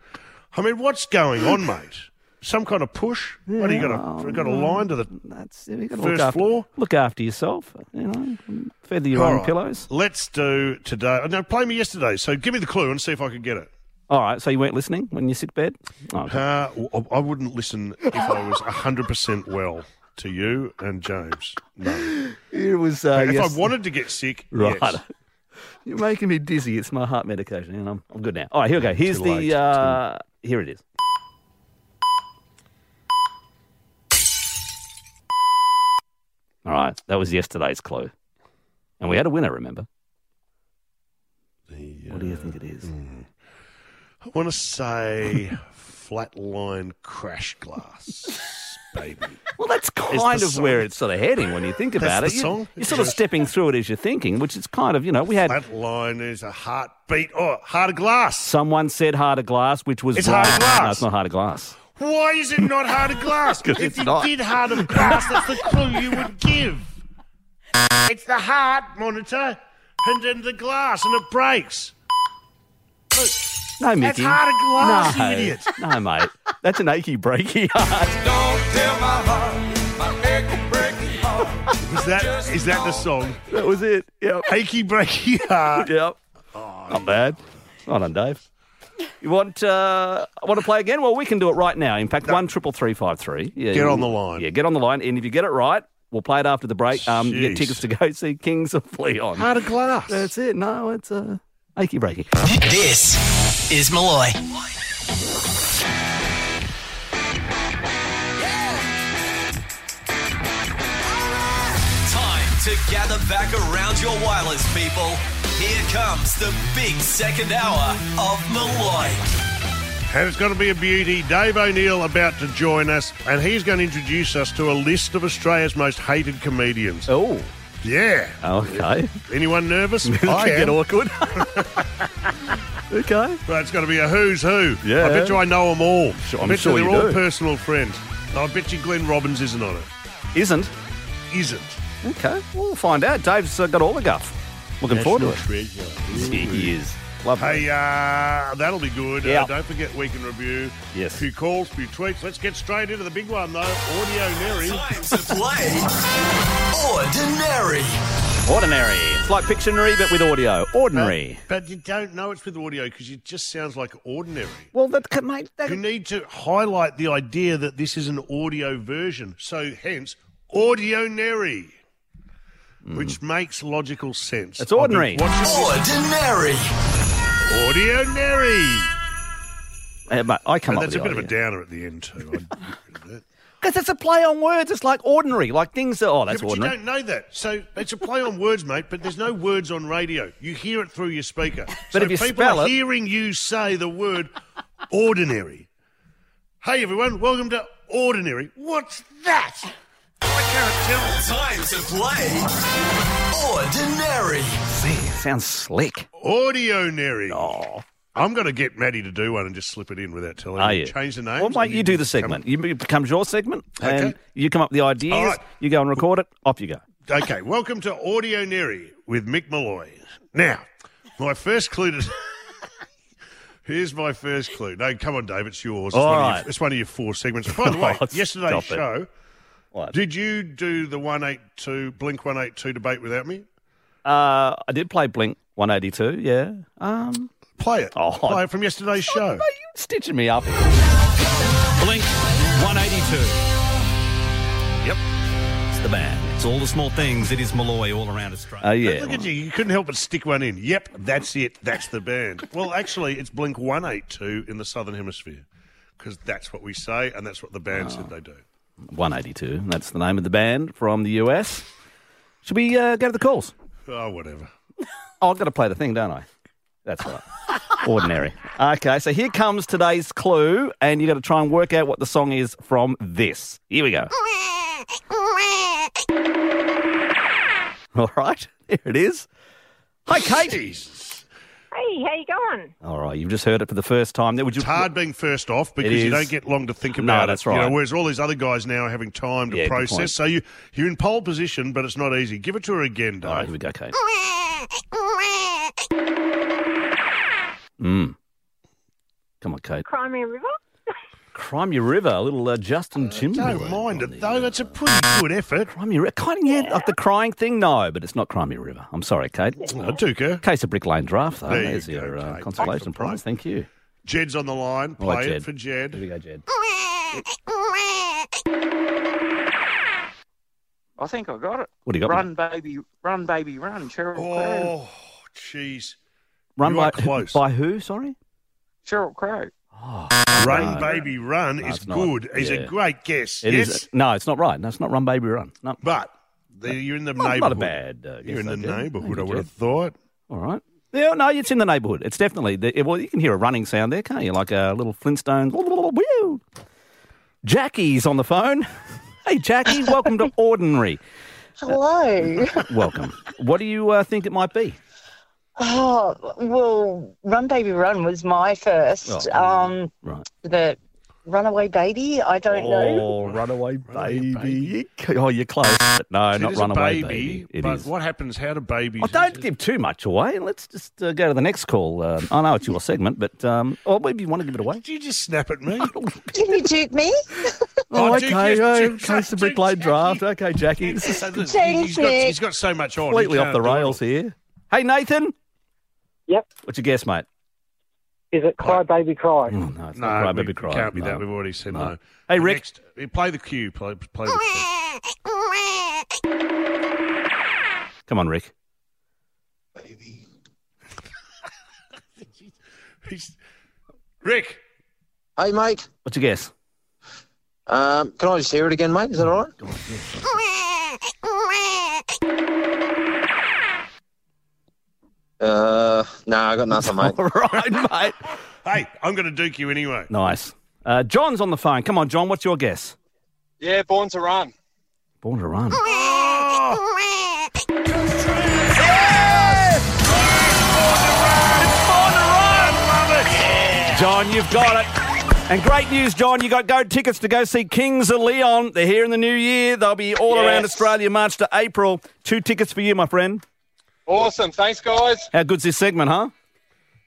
I mean, what's going on, mate? Some kind of push? what, you got a, got a line to the that's, you gotta look first after, floor? Look after yourself. You know, feather your All own right. pillows. Let's do today. No, play me yesterday. So give me the clue and see if I can get it. All right. So you weren't listening when you sick bed. Oh, okay. Uh, w- I wouldn't listen if I was 100% well to you and James. No. It was. Uh, if yes- I wanted to get sick, Right. yes. You're making me dizzy. It's my heart medication, and I'm, I'm good now. All right, here we go. Here's Too the. late. Uh, here it is. All right, that was yesterday's clue, and we had a winner. Remember? what do you think it is? uh, mm. I want to say flatline crash glass, baby. Well, that's the kind of song. where it's sort of heading when you think That's about the it. You- song? You're sort of stepping through it as you're thinking, which is kind of you know we had Flatline is a heartbeat. Oh, heart of glass. someone said heart of glass, which was It's wrong. heart of glass. No, it's not heart of glass. Why is it not heart of glass? 'Cause if it's you not. did heart of glass, that's the clue you would give. It's the heart monitor and then the glass and it breaks. Look, No, That's Mickey. heart of glass, no. you idiot. No, mate. That's an achy breaky heart. Is that is that the song? That was it. Yep. Achy breaky heart. Oh, Yep. Not bad. Well done, Dave. You want uh, want to play again? Well, we can do it right now. In fact, one triple three five three. Yeah, Get you- on the line. Yeah, get on the line, and if you get it right, We'll play it after the break. Um, you get Jeez. tickets to go see Kings of Leon. Heart of glass. That's it. No, it's uh, achy breaky. This is Malloy. Time to gather back around your wireless, people. Here comes the big second hour of Malloy. And it's going to be a beauty. Dave O'Neill about to join us, and he's going to introduce us to a list of Australia's most hated comedians. Oh. Yeah. Okay. Anyone nervous? This could get awkward. okay. But it's going to be a who's who. Yeah. I bet you I know them all. Sure, I I'm bet sure you you they're all do. personal friends. I bet you Glenn Robbins isn't on it. Isn't? Isn't. Okay. We'll find out. Dave's uh, got all the guff. Looking forward to it. He is. Love Hey, uh, that'll be good. Yeah. Uh, don't forget Weekend Review. Yes. Few calls, few tweets. Let's get straight into the big one, though. Audio Neri. Ordinary. Ordinary. It's like Pictionary, but with audio. Ordinary. But you don't know it's with audio because it just sounds like ordinary. Well, that could make that. You need to highlight the idea that this is an audio version, so hence audionary, which makes logical sense. Hmm. It's ordinary. Ordinary. Audionary. Hey, mate, I come And up that's with a the bit of a idea. downer at the end too. I- Because it's a play on words. It's like ordinary, like things that, oh, that's yeah, but ordinary. you don't know that. So it's a play on words, mate, but there's no words on radio. You hear it through your speaker. so if you people spell are it- hearing you say the word ordinary. Hey everyone, welcome to Ordinary. What's that? Time to play. Ordinary. sounds slick. Audionary. Oh. I'm going to get Maddie to do one and just slip it in without telling Are me. you? Change the name. Well, mate, you do the segment. You, it becomes your segment, and Okay. you come up with the ideas. All right. You go and record it. Off you go. Okay, welcome to Audionary with Mick Malloy. Now, my first clue to. Here's my first clue. No, come on, Dave, it's yours. It's, All one, of right. your, it's one of your four segments. By the way, Oh, yesterday's stop show, it. did you do the 182 Blink 182 debate without me? Uh, I did play Blink 182. Yeah. Um, play it. Oh, Play it from yesterday's show. mate, you stitching me up. Blink 182. Yep. It's the band. It's all the small things. It is Malloy all around Australia. Oh yeah. Look at you. You couldn't help but stick one in. Yep, that's it. That's the band. well, actually, it's Blink 182 in the Southern Hemisphere because that's what we say and that's what the band Oh. said they do. 182. That's the name of the band from the US. Should we uh, go to the calls? Oh, whatever. Oh, I've got to play the thing, don't I? That's right. Ordinary. Okay, so here comes today's clue, and you got to try and work out what the song is from this. Here we go. All right, here it is. Hi, Kate. Hey, how you going? All right, you've just heard it for the first time. There, would you? It's hard being first off because It you is. don't get long to think No, about that's it. you know, right. whereas all these other guys now are having time to Yeah, good point. process. So you, you're in pole position, but it's not easy. Give it to her again, Dave. here we go, Kate. Oh, Mm. Come on, Kate. Crimea River? Crimea River, a little uh, Justin Timberlake. Don't mind it, though. That's a pretty good effort. Crimea River, kind of yeah, like the crying thing. No, but it's not Crimea River. I'm sorry, Kate. I do care. Case of Brick Lane Draft, though. There you There's your uh, consolation prize. Thank you. Jed's on the line. All Play right, it Jed. for Jed. Here we go, Jed. I think I got it. What do you got, Run, baby, run, baby, run. Cheryl Crow. Oh, jeez. Run You by are close. by who? Sorry. Cheryl Crow. Run, Oh, No. baby, run No, is it's not. good. Is Yeah. a great guess. It is. yes, No, it's not right. No, it's not Run Baby Run. No. but the, you're in the Not- neighbourhood. not a bad, uh, guess you're in though, the Jed. Thank neighbourhood. you, I would have Jed. thought. All right. Yeah, no, it's in the neighbourhood. It's definitely the, well. You can hear a running sound there, can't you? Like a little Flintstone. Jackie's on the phone. Hey, Jackie, welcome to Ordinary. Hello. Welcome. What do you uh, think it might be? oh, well, Run Baby Run was my first. Oh, um, right. The Runaway Baby, I don't know. Oh, runaway baby. You- Oh, you're close. But no, It not is a runaway baby, baby. It but is. what happens? How do babies? Oh, don't give too much away. Let's just uh, go to the next call. Um, I know it's your segment, but um, or maybe you want to give it away. Did you just snap at me? Can you duke me? Oh, Oh, okay. Duke, yes, oh, Duke, case the brick lane draft. Okay, Jackie. This is So the- Thanks, he's, got, Nick. he's got so much on. he completely off can't the do it all. rails here. Hey, Nathan. Yep. What's your guess, mate? Is it Cry Baby Cry? No, it's No, not cry, we- baby, it cry. can't be No. that. We've already said no. Hey, Rick. Next, play the cue. Play, play the cue. Come on, Rick. He's- Rick. Hey, mate. What's your guess? Um, can I just hear it again, mate? Is that all right? Uh, no, I got nothing, mate. All right, mate. hey, I'm going to duke you anyway. Nice. Uh, John's on the phone. Come on, John. What's your guess? Yeah, born to run. Born to run. Ah! John, you've got it. And great news, John. You got go tickets to go see Kings of Leon. They're here in the new year. They'll be all around Yes. Australia March to April. Two tickets for you, my friend. Awesome. Thanks, guys. How good's this segment, huh?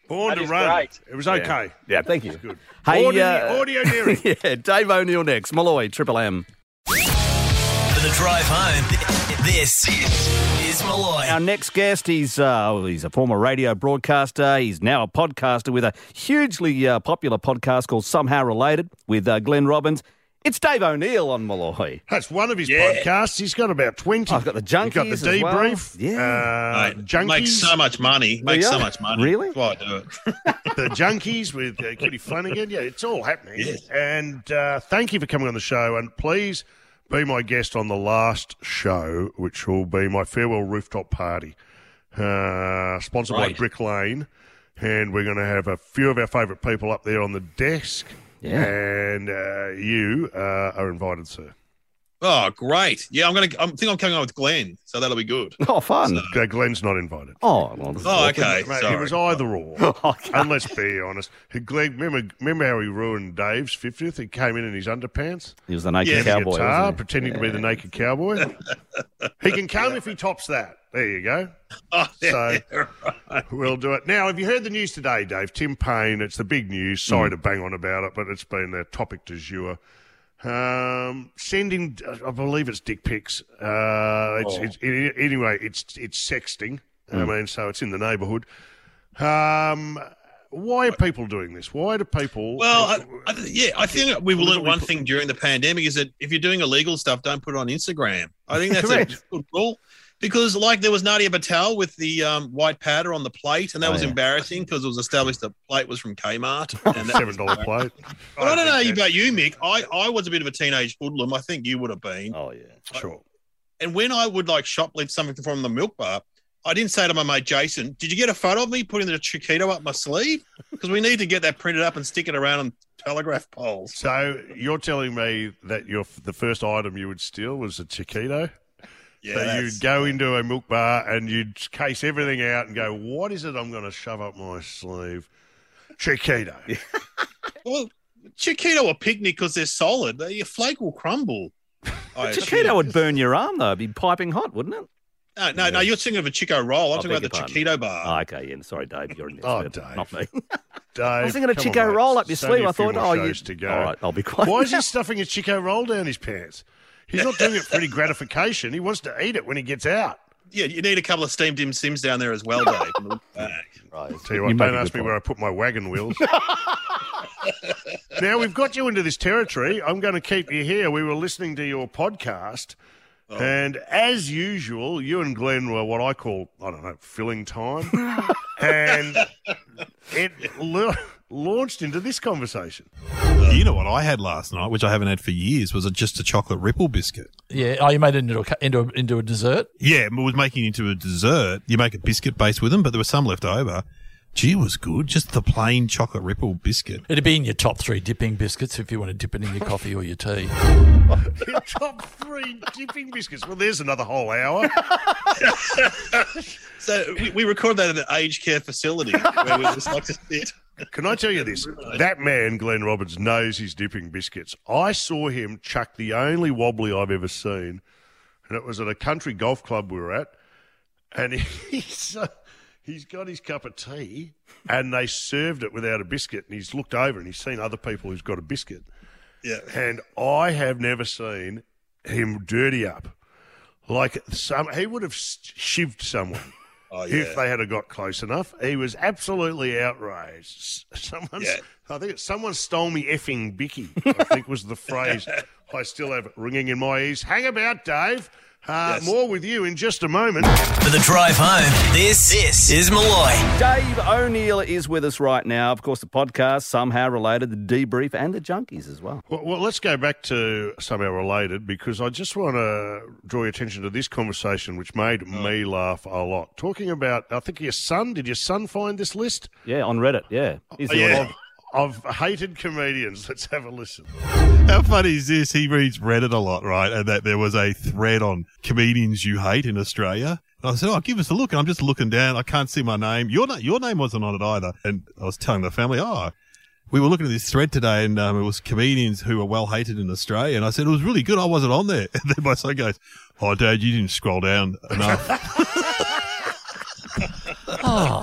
Born That to is run. great. It was okay. Yeah, thank you. Good. Hey, audio, uh, audio nearing. yeah, Dave O'Neill next. Malloy, Triple M. For the drive home, th- this is Malloy. Our next guest, he's uh, well, he's a former radio broadcaster. He's now a podcaster with a hugely uh, popular podcast called Somehow Related with uh, Glenn Robbins. It's Dave O'Neill on Malloy. That's one of his podcasts. He's got about 20. I've got the junkies. got the as well. debrief. Yeah. Uh, junkies. Makes so much money. Makes so Yeah. much money. Really? That's why I do it. the junkies with uh, Kitty Flanagan. Yeah, it's all happening. And uh, thank you for coming on the show. And please be my guest on the last show, which will be my farewell rooftop party, uh, sponsored by Right. Brick Lane. And we're going to have a few of our favourite people up there on the desk. Yeah. And uh, you uh, are invited, sir. Oh, great. Yeah, I'm gonna. I think I'm coming on with Glenn, so that'll be good. Oh, fun. So, Glenn's not invited. Oh, Oh, okay. Mate, Sorry. It was either or. and let's be honest. Glenn, remember, remember how he ruined Dave's 50th? He came in in his underpants. He was the naked Yeah, cowboy. guitar, wasn't he? pretending to be the naked cowboy. he can come if he tops that. There you go. so we'll do it. Now, have you heard the news today, Dave? Tim Payne, it's the big news. Sorry Hmm. to bang on about it, but it's been their topic du jour. Um, sending, I believe it's dick pics. Uh, it's, Oh. it's, it, anyway, it's it's sexting. I Mm. mean, so it's in the neighbourhood. Um, why are people doing this? Why do people? Well, I, I, th- yeah, I think we learned one thing during the pandemic is that if you're doing illegal stuff, don't put it on Instagram. I think that's a Correct. good rule because, like, there was Nadia Patel with the um, white powder on the plate, and that Oh, was yeah. embarrassing because it was established the plate was from Kmart. And that Seven dollar plate. But I don't know about you, Mick. I, I was a bit of a teenage hoodlum. I think you would have been. Oh yeah, sure. and when I would like shoplift something from the milk bar, I didn't say to my mate Jason, "Did you get a photo of me putting the chiquito up my sleeve?" Because we need to get that printed up and stick it around on telegraph poles. So you're telling me that your the first item you would steal was a chiquito? Yeah, so that's- you'd go into a milk bar and you'd case everything out and go, "What is it I'm going to shove up my sleeve?" Chiquito. Well, chiquito are picnic because they're solid. They- Your flake will crumble. I But assume. Chiquito would burn your arm, though. It'd be piping hot, wouldn't it? No, no, no. You're thinking of a Chico roll. I'm I talking beg about the your chiquito bar. Oh, okay, yeah. Sorry, Dave. You're an expert. Oh, Not me. Dave, I was thinking of come on, Chico mate. roll up your There's sleeve. only a I few thought, more oh, shows you. to go. All right, I'll be quiet. Why is he stuffing a chico roll down his pants? He's not doing it for any gratification. He wants to eat it when he gets out. Yeah, you need a couple of steamed dim sims down there as well, Dave. right. Tell you what, don't ask me where I put my wagon wheels. now we've got you into this territory. I'm going to keep you here. We were listening to your podcast, and as usual, you and Glenn were what I call I don't know filling time, and it la- launched into this conversation. You know what I had last night, which I haven't had for years, was a, just a chocolate ripple biscuit. Yeah. Oh, you made it into a, cu- into a, into a dessert. Yeah, but was making it into a dessert. You make a biscuit base with them, but there was some left over. Gee, it was good. Just the plain chocolate ripple biscuit. It'd be in your top three dipping biscuits if you want to dip it in your coffee or your tea. Your top three dipping biscuits. Well, there's another whole hour. so we, we record that at an aged care facility where we just like to sit. Can I tell you this? That man, Glenn Roberts, knows his dipping biscuits. I saw him chuck the only wobbly I've ever seen, and it was at a country golf club we were at, and he's uh, he's got his cup of tea, and they served it without a biscuit, and he's looked over and he's seen other people who's got a biscuit, yeah, and I have never seen him dirty up like some. He would have s- shivved someone. Oh, yeah. If they had have got close enough, he was absolutely outraged. S- Someone's, Yeah. I think it's someone stole me effing Bicky. I think was the phrase I still have ringing in my ears. Hang about, Dave. Uh, More with you in just a moment. For the drive home, this, this is Malloy. Dave O'Neill is with us right now. Of course, the podcast somehow related, the debrief, and the junkies as well. Well, well, let's go back to somehow related because I just want to draw your attention to this conversation, which Oh. made me laugh a lot. Talking about, I think your son, did your son find this list? Oh, Yeah, on Reddit. Yeah. He's the yeah. one. Of, of hated comedians. Let's have a listen. How funny is this? He reads Reddit a lot, right? And that there was a thread on comedians you hate in Australia. And I said, "Oh, give us a look." And I'm just looking down. I can't see my name. Your na- your name wasn't on it either. And I was telling the family, "Oh, we were looking at this thread today, and um, it was comedians who are well hated in Australia." And I said, "It was really good. I wasn't on there." And then my son goes, "Oh, Dad, you didn't scroll down enough."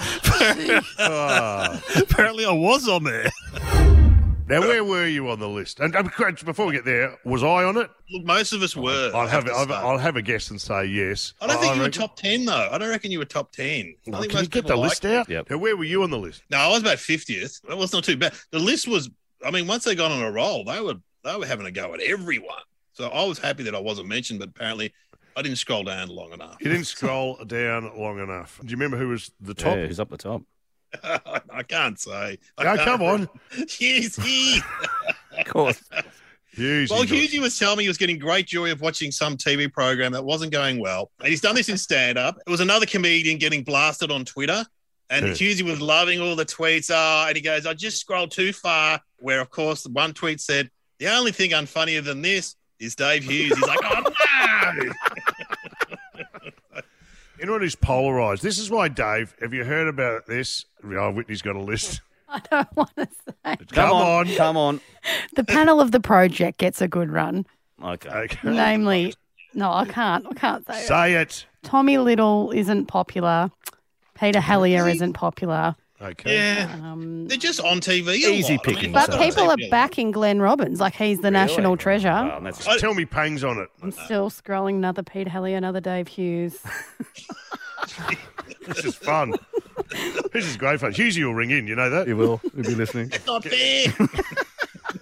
Ah. Oh. Apparently, I was on there. Now, where were you on the list? And um, correct, before we get there, was I on it? Look, most of us were. I'll have, I I'll, I'll have a guess and say yes. I don't think you were Oh, reckon- top ten though. I don't reckon you were top ten. I Well, think can you most get people the liked list it. out? Now, where were you on the list? No, I was about fiftieth. That was not too bad. The list was. I mean, once they got on a roll, they were they were having a go at everyone. So I was happy that I wasn't mentioned, but apparently I didn't scroll down long enough. You didn't scroll down long enough. Do you remember who was the top? Yeah, who's up the top? I can't say. I Oh, can't come on. Hughes, he. of course. Hughes. Well, he got- Hughesy was telling me he was getting great joy of watching some TV program that wasn't going well. And he's done this in stand up. It was another comedian getting blasted on Twitter. And Yeah. Hughesy was loving all the tweets. Ah, and he goes, I just scrolled too far. Where, of course, one tweet said, The only thing unfunnier than this is Dave Hughes. He's like, Oh, no. You know what is polarised? This is why, Dave, have you heard about this? Oh, Whitney's got a list. I don't want to say. Come on. Come on. The panel of the project gets a good run. Okay. Namely, no, I can't. I can't say it. Say it. Tommy Little isn't popular. Peter Hallier isn't popular. Okay. Yeah. Um, They're just on TV. a Easy lot. I mean, picking, most But of people them- are backing Glenn Robbins. Like he's the national treasure. Oh, Just Uh, tell me pangs on it. I'm still scrolling another Pete Hallier, another Dave Hughes. This is fun. this is great fun. Hughesy will ring in, you know that? He will. He'll be listening. It's not fair.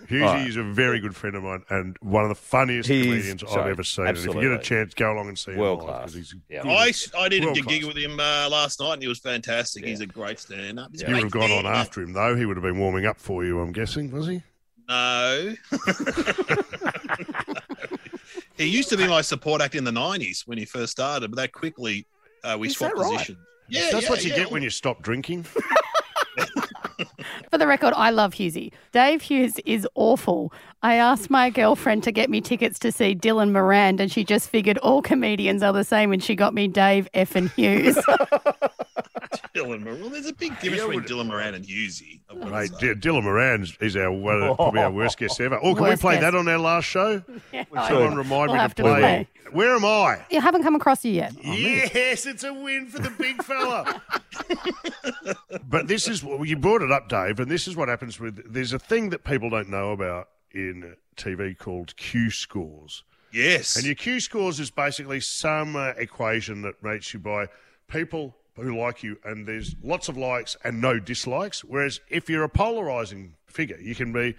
Hughesy All right. is a very good friend of mine and one of the funniest He's- comedians I've sorry, ever seen. And if you get a absolutely. chance, go along and see him. World live, 'cause class. He's I, I did a World gig with him uh, last night and he was fantastic. He's a great stand up. You would have gone on after him, though. He would have been warming up for you, I'm guessing, was he? No. he used to be my support act in the 90s when he first started, but that quickly uh, we Is swapped that right? positions. Yeah, That's yeah, what you yeah. get when you stop drinking. For the record, I love Hughesy. Dave Hughes is awful. I asked my girlfriend to get me tickets to see Dylan Moran, and she just figured all comedians are the same, and she got me Dave F and Hughes. Dylan Moran. Well, there's a big difference between Dylan Moran and Husey. I wouldn't Mate, say. D- Dylan Moran is- is our one of- probably our worst guest ever. Oh, can Worst we play guest. that on our last show? Yeah. Someone remind We'll me have to to play. play. Where am I? you haven't come across you yet. Yes, it's a win for the big fella. but this is well, you brought it up, Dave, and this is what happens with. There's a thing that people don't know about in TV called Q scores. Yes. And your Q scores is basically some uh, equation that rates you by people who like you, and there's lots of likes and no dislikes. Whereas if you're a polarizing figure, you can be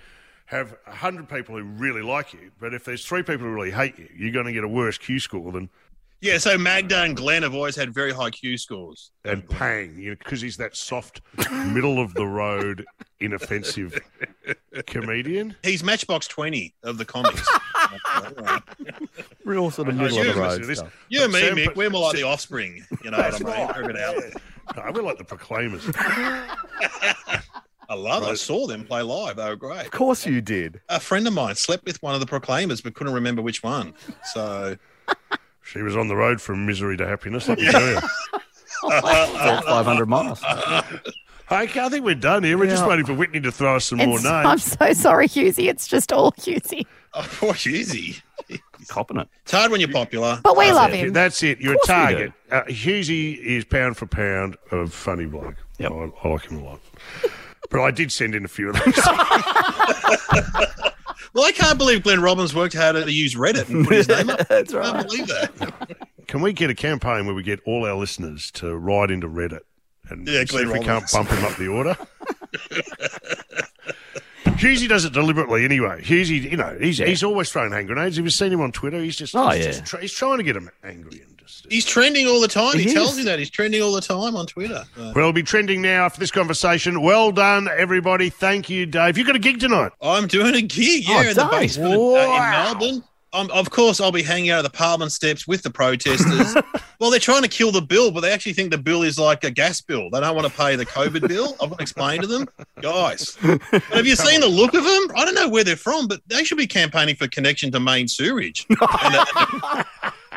have hundred people who really like you, but if there's three people who really hate you, you're going to get a worse Q score than Yeah, so Magda and Glenn have always had very high Q scores. and Pang, you know, because he's that soft, middle of the road, inoffensive comedian. He's Matchbox 20 of the comics. Real sort of I- I middle of do the listen road. to this. stuff. Oh, you and me, Sam, Mick, but- we're more like the offspring. You know That's what I mean? right. Rip it out. No, we're like the Proclaimers. I love it. I Right. saw them play live. They were great. Of course you did. A friend of mine slept with one of the Proclaimers, but couldn't remember which one. So She was on the road from misery to happiness. Let me tell you. It's all 500 miles. Okay, I think we're done here. We're just Yeah. waiting for Whitney to throw us some more It's- names. I'm so sorry, Husey. It's just all Husey. Oh, poor Husey. Copping it. It's hard when you're popular. But we That's love it. him. That's it. You're a Of course we target. Uh, Husey is pound for pound a funny bloke. I, I like him a lot. But I did send in a few of those. Well, I can't believe Glenn Robbins worked hard to use Reddit and put his name up. That's right. I can't believe that. Can we get a campaign where we get all our listeners to ride into Reddit and Yeah, see if Glenn we can't Robbins. bump him up the order? Husey does it deliberately anyway. Husey, you know, he's he's always throwing hand grenades. Have you seen him on Twitter? He's just, Oh, he's, yeah. just tr- he's trying to get him angry. And just, He's trending all the time. He, He tells is. you that he's trending all the time on Twitter. Uh, Well, it'll be trending now after this conversation. Well done, everybody. Thank you, Dave. You got a gig tonight. I'm doing a gig, Oh, yeah, in the basement uh, in Melbourne. Um, of course, I'll be hanging out of the Parliament steps with the protesters. well, they're trying to kill the bill, but they actually think the bill is like a gas bill. They don't want to pay the COVID bill. I've got to explain to them, guys. But have you seen the look of them? I don't know where they're from, but they should be campaigning for connection to main sewerage and, uh,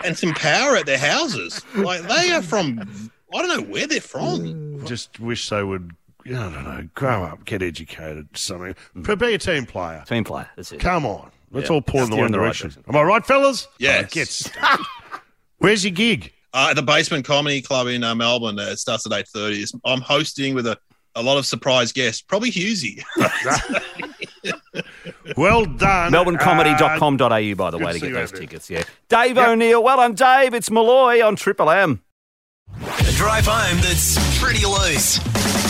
and some power at their houses. Like they are from, I don't know where they're from. Mm. Just wish they would, I don't know, grow up, get educated, something. But Be a team player. Team player. That's it. Come on. Let's Yeah. all pull in the Steer one in the right direction. Am I right, fellas? Yes. Where's your gig? Uh, at the Basement Comedy Club in uh, Melbourne. Uh, it starts at eight thirty. I'm hosting with a, a lot of surprise guests, probably Husey. Well done. MelbourneComedy.com.au, by the good to way, to see get you, those Andrew. tickets. Yeah. Dave O'Neill. Well done, Dave. It's Malloy on Triple M. A drive home that's pretty loose.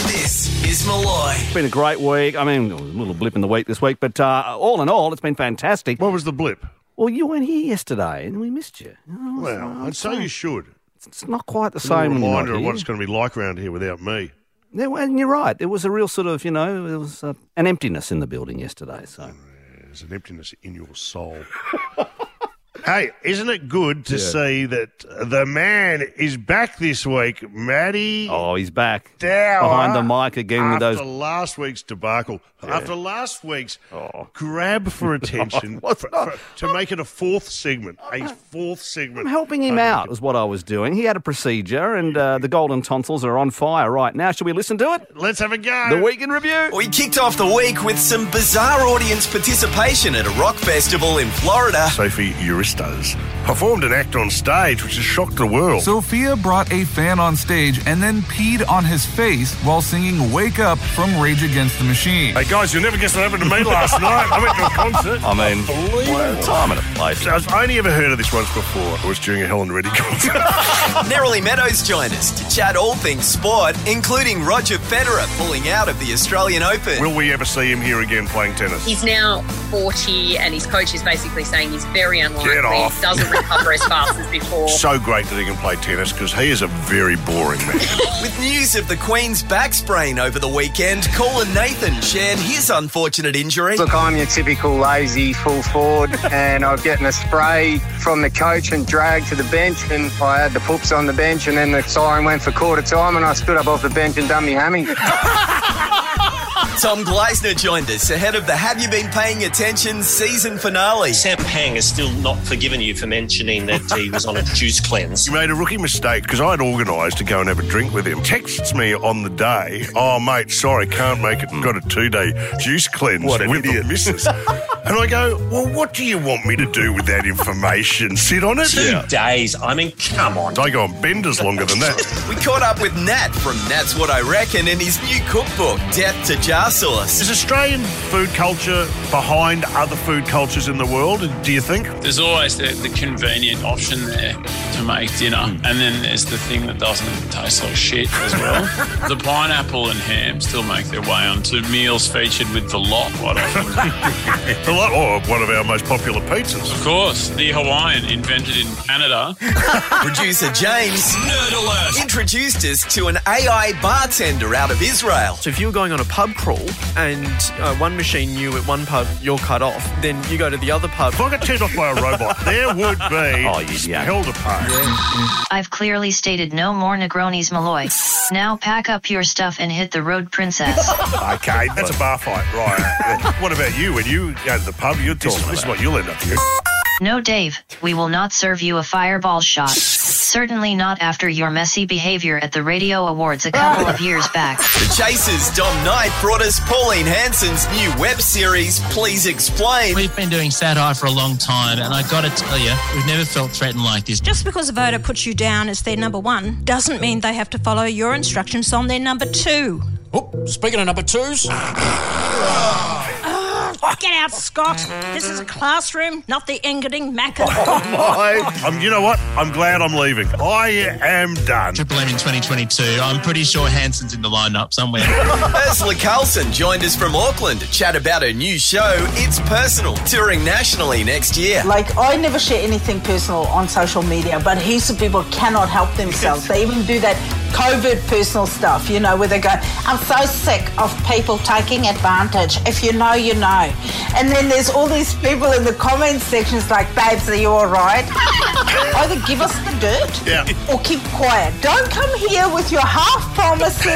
This is Malloy. It's been a great week. I mean, a little blip in the week this week, but uh, all in all, it's been fantastic. What was the blip? Well, you weren't here yesterday, and we missed you. uh, Well, I'd say you should. It's not quite the It's a little same. when you're reminder not of what here. it's going to be like around here without me. Yeah, well, and you're right. It was a real sort of, you know, it was uh, an emptiness in the building yesterday. So There's an emptiness in your soul. hey, isn't it good to Yeah. see that the man is back this week, Matty? Oh, he's back Dower. behind the mic again with after those. last week's debacle, after last week's Oh. grab for attention, was for- for- to make it a fourth segment, a fourth segment. I'm helping him out, was what I was doing. He had a procedure, and uh, the golden tonsils are on fire right now. Shall we listen to it? Let's have a go. The week in review. We kicked off the week with some bizarre audience participation at a rock festival in Florida. Sophie Euristos performed an act on stage which has shocked the world. Sophia brought a fan on stage and then peed on his face while singing Wake Up from Rage Against the Machine. Hey guys, you'll never guess what happened to me last night. I went to a concert. I mean, what a time and a place. I've only ever heard of this once before. It was during a Helen Reddy concert. Nerily Meadows joined us to chat all things sport, including Roger Federer pulling out of the Australian Open. Will we ever see him here again playing tennis? He's now 40, and his coach is basically saying he's very unlikely. Get off. Doesn't recover as fast as before. So great that he can play tennis because he is a very boring man. With news of the Queen's back sprain over the weekend, Colin Nathan shared his unfortunate injury. Look, I'm your typical lazy full forward, and I've gotten a spray from the coach and dragged to the bench, and I had the poops on the bench, and then the siren went for quarter time, and I stood up off the bench and done me hammy. Tom Gleisner joined us ahead of the Have You Been Paying Attention season finale. Sam Pang has still not forgiven you for mentioning that he was on a juice cleanse. You made a rookie mistake because I'd organised to go and have a drink with him. Texts me on the day, oh mate, sorry, can't make it. Got a two day juice cleanse What an with idiot. the missus. and I go, well, what do you want me to do with that information? Sit on it. Two days. I mean, come on. I go on benders longer than that. We caught up with Nat from Nat's What I Reckon and his new cookbook, Death to Jar Sauce. Is Australian food culture behind other food cultures in the world? Do you think? There's always the, the convenient option there to make dinner, Mm. and then there's the thing that doesn't taste like shit as well. the pineapple and ham still make their way onto meals featured with the lot quite often. A lot, or one of our most popular pizzas. of course, the Hawaiian invented in Canada. Producer James introduced us to an AI bartender out of Israel. So if you were going on a pub crawl and uh, one machine knew at one pub you're cut off, then you go to the other pub. If I got turned off by a robot, there would be oh, held apart. I've clearly stated no more Negronis, Malloy. Now pack up your stuff and hit the road, princess. Okay, that's a bar fight, right? what about you? When you go to the pub, you're talking. This, is what you'll end up here. No, Dave, we will not serve you a fireball shot. Certainly not after your messy behavior at the radio awards a couple of years back. The Chasers' Dom Knight brought us Pauline Hanson's new web series, Please Explain. We've been doing satire for a long time, and I gotta tell you, we've never felt threatened like this. Just because a voter puts you down as their number one doesn't mean they have to follow your instructions on their number two. Speaking of number twos. Get out, Scott. This is a classroom, not the Engading Macca. I'm, you know what? I'm glad I'm leaving. I am done. Triple M in 2022. I'm pretty sure Hanson's in the lineup somewhere. Ursula Carlson joined us from Auckland to chat about her new show, It's Personal, touring nationally next year. Like, I never share anything personal on social media, but heaps of people cannot help themselves. they even do that covert personal stuff, you know, where they go, I'm so sick of people taking advantage. If you know, you know. And then there's all these people in the comments sections like, babes, are you all right? Either give us the dirt Yeah. or keep quiet. Don't come here with your half promises.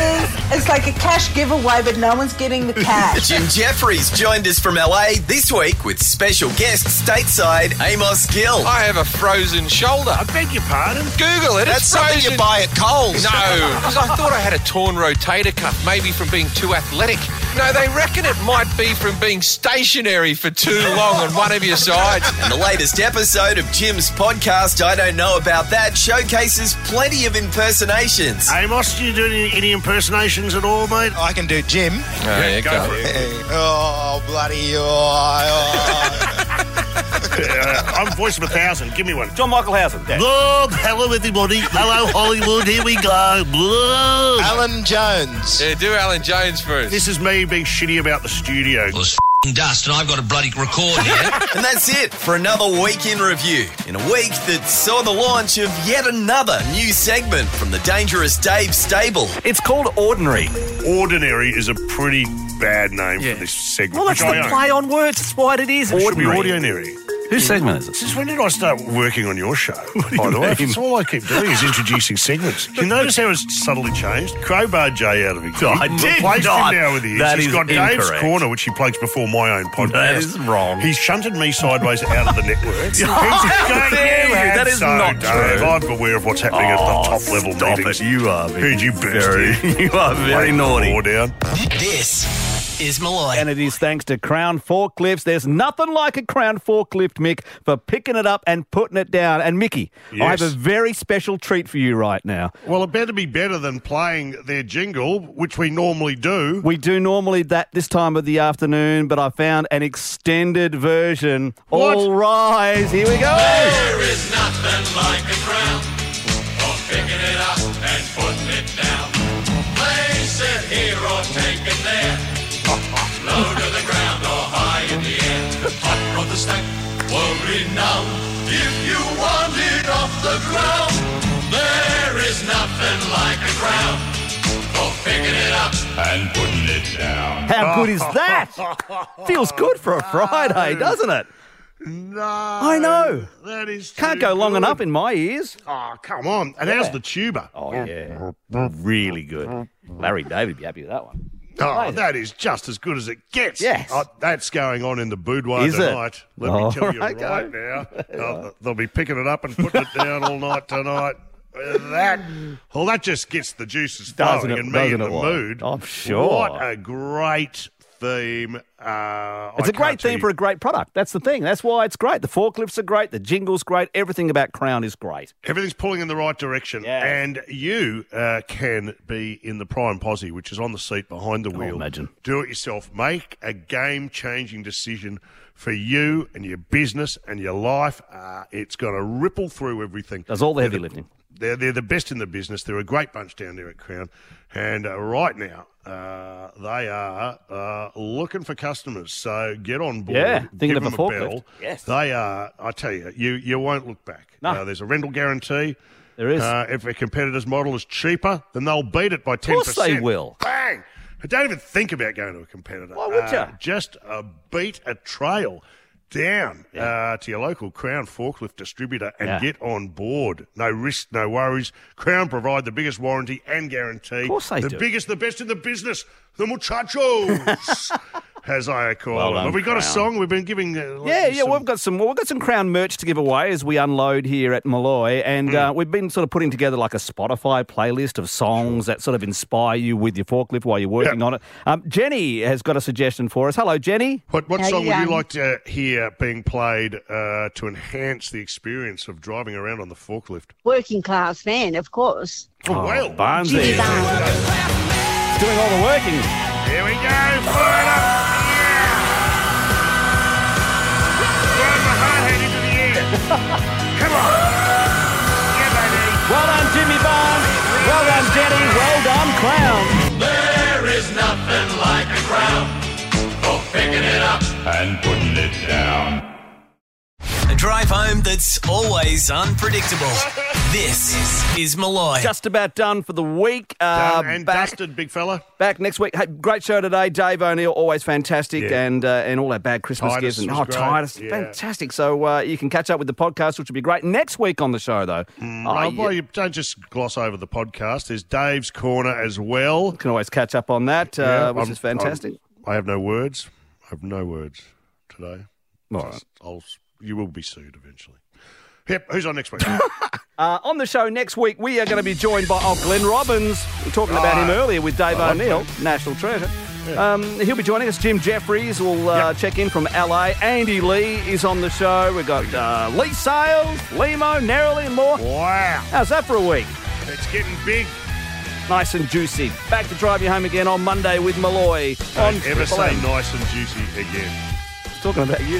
It's like a cash giveaway, but no one's getting the cash. Jim Jeffries joined us from LA this week with special guest stateside Amos Gill. I have a frozen shoulder. I beg your pardon? Google it. That's it's something frozen. you buy at Coles. No, 'cause I thought I had a torn rotator cuff, maybe from being too athletic. No, they reckon it might be from being stationary for too long on one of your sides. And the latest episode of Jim's podcast, I Don't Know About That, showcases plenty of impersonations. Amos, do you do any, any impersonations at all, mate? I can do Jim. Oh, Oh, yeah, go for it. Oh, bloody. Oh, Yeah, I'm voice of a thousand. Give me one. John Michaelhausen. Yeah. Bob, hello everybody. Hello Hollywood. Here we go. Blah. Alan Jones. Yeah, do Alan Jones first. This is me being shitty about the studio. dust, and I've got a bloody record here. and that's it for another week in review. In a week that saw the launch of yet another new segment from the Dangerous Dave stable. It's called Ordinary. Ordinary is a pretty bad name for this segment. Well, that's which I the own. play on words. That's what it is. It should be Ordinary. ordinary. Whose segment is it? Since when did I start working on your show? do you by the way? mean? It's all I keep doing is introducing segments. You notice how it's subtly changed? Crowbar J out of it. I You've did replaced not. him now with his. That He's is got Dave's incorrect. Corner, which he plugs before my own podcast. That is wrong. He's shunted me sideways out of the network. He's How going, dare you. have That is so, not Dave. true. I'm aware of what's happening at Oh, the top level stop meetings. it. You are Heard you very- burst you are very naughty. Four down. This is Malloy. And it is thanks to Crown Forklifts. There's nothing like a Crown Forklift, Mick, for picking it up and putting it down. And Mickey, I Yes. have a very special treat for you right now. Well, it better be better than playing their jingle, which we normally do. We do normally that this time of the afternoon, but I found an extended version. What? All rise. Here we go. There is nothing like a crown for picking it up and putting it down. Place it here or take it there. Low to the ground or high in the air. Hot from the stack, world renowned. If you want it off the ground, there is nothing like a crown for picking it up and putting it down. How good is that? Feels good for a Friday, doesn't it? No. I know. That is Can't too go long good. enough in my ears. Oh, come on. And how's the tuba? Oh, yeah. Really good. Larry David would be happy with that one. Oh, that is just as good as it gets. Yes. Oh, that's going on in the boudoir Is it? tonight. Let Oh, me tell you right, right, go. now. Oh, they'll be picking it up and putting it down all night tonight. That well, that just gets the juices flowing Doesn't it- and me in doesn't the it, Warren? mood. I'm sure. What a great theme! Uh, It's a a great theme for a great product. That's the thing. That's why it's great. The forklifts are great. The jingle's great. Everything about Crown is great. Everything's pulling in the right direction, and you uh, can be in the prime posse, which is on the seat behind the wheel. Oh, imagine. Do it yourself. Make a game-changing decision for you and your business and your life. Uh, it's going to ripple through everything. Does all the heavy lifting. They're, they're the best in the business. They're a great bunch down there at Crown. And uh, right now, uh, they are uh, looking for customers. So get on board. Yeah, thinking Give of them a a, forklift. bell. Yes. They are, I tell you, you, you won't look back. No. Uh, there's a rental guarantee. There is. Uh, if a competitor's model is cheaper, then they'll beat it by 10%. course they will. Bang! I don't even think about going to a competitor. Why would ya? Just uh, beat a trail down uh, to your local Crown forklift distributor and Yeah. get on board. No risk, no worries. Crown provide the biggest warranty and guarantee. Of course they the do. biggest, the best in the business. The muchachos, as I call Well them. done, Have we got a Crown. song we've been giving? Uh, like Yeah, yeah, some- we've got some we've got some Crown merch to give away as we unload here at Malloy, and Hmm. uh, we've been sort of putting together like a Spotify playlist of songs that sort of inspire you with your forklift while you're working on it. Um, Jenny has got a suggestion for us. Hello, Jenny. What, what How song you would you going? like to hear being played uh, to enhance the experience of driving around on the forklift? Working class man, of course. Oh, well, Barnsley. Doing all the working. Here we go. Fire it up. Come on. Well done, Jimmy Barnes. Well done, Jenny. Well done, Clown. There is nothing like a crown for picking it up and putting it down. A drive home that's always unpredictable. This is Malloy. Just about done for the week. Uh, Done and back, dusted, big fella. back next week. Hey, great show today, Dave O'Neill. Always fantastic, Yeah. and uh, and all our bad Christmas Titus gifts. And, was oh, great. Titus, Yeah. fantastic. So uh, you can catch up with the podcast, which will be great next week on the show, though. Oh, Oh, yeah. well, you don't just gloss over the podcast. There's Dave's Corner as well. Can always catch up on that, uh, Yeah, which I'm- is fantastic. I'm- I have no words. I have no words today. All Just- I'll, you will be sued eventually. Yep. Who's on next week? Uh, on the show next week, we are going to be joined by oh, Glenn Robbins. We were talking about him Right. earlier with Dave Oh, I love O'Neill, National Treasure. Um, he'll be joining us. Jim Jeffries will uh, check in from LA. Andy Lee is on the show. We've got uh, Lee Sales, Limo, Nerily, and more. Wow. How's that for a week? it's getting big. Nice and juicy. Back to drive you home again on Monday with Malloy on Don't ever Triple say M. nice and juicy again. Talking about you.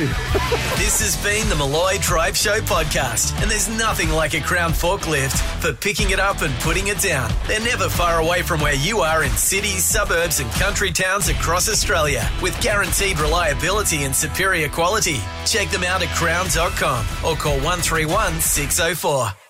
This has been the Malloy Drive Show podcast, and there's nothing like a Crown forklift for picking it up and putting it down. They're never far away from where you are in cities, suburbs, and country towns across Australia with guaranteed reliability and superior quality. Check them out at crown.com or call 131 604.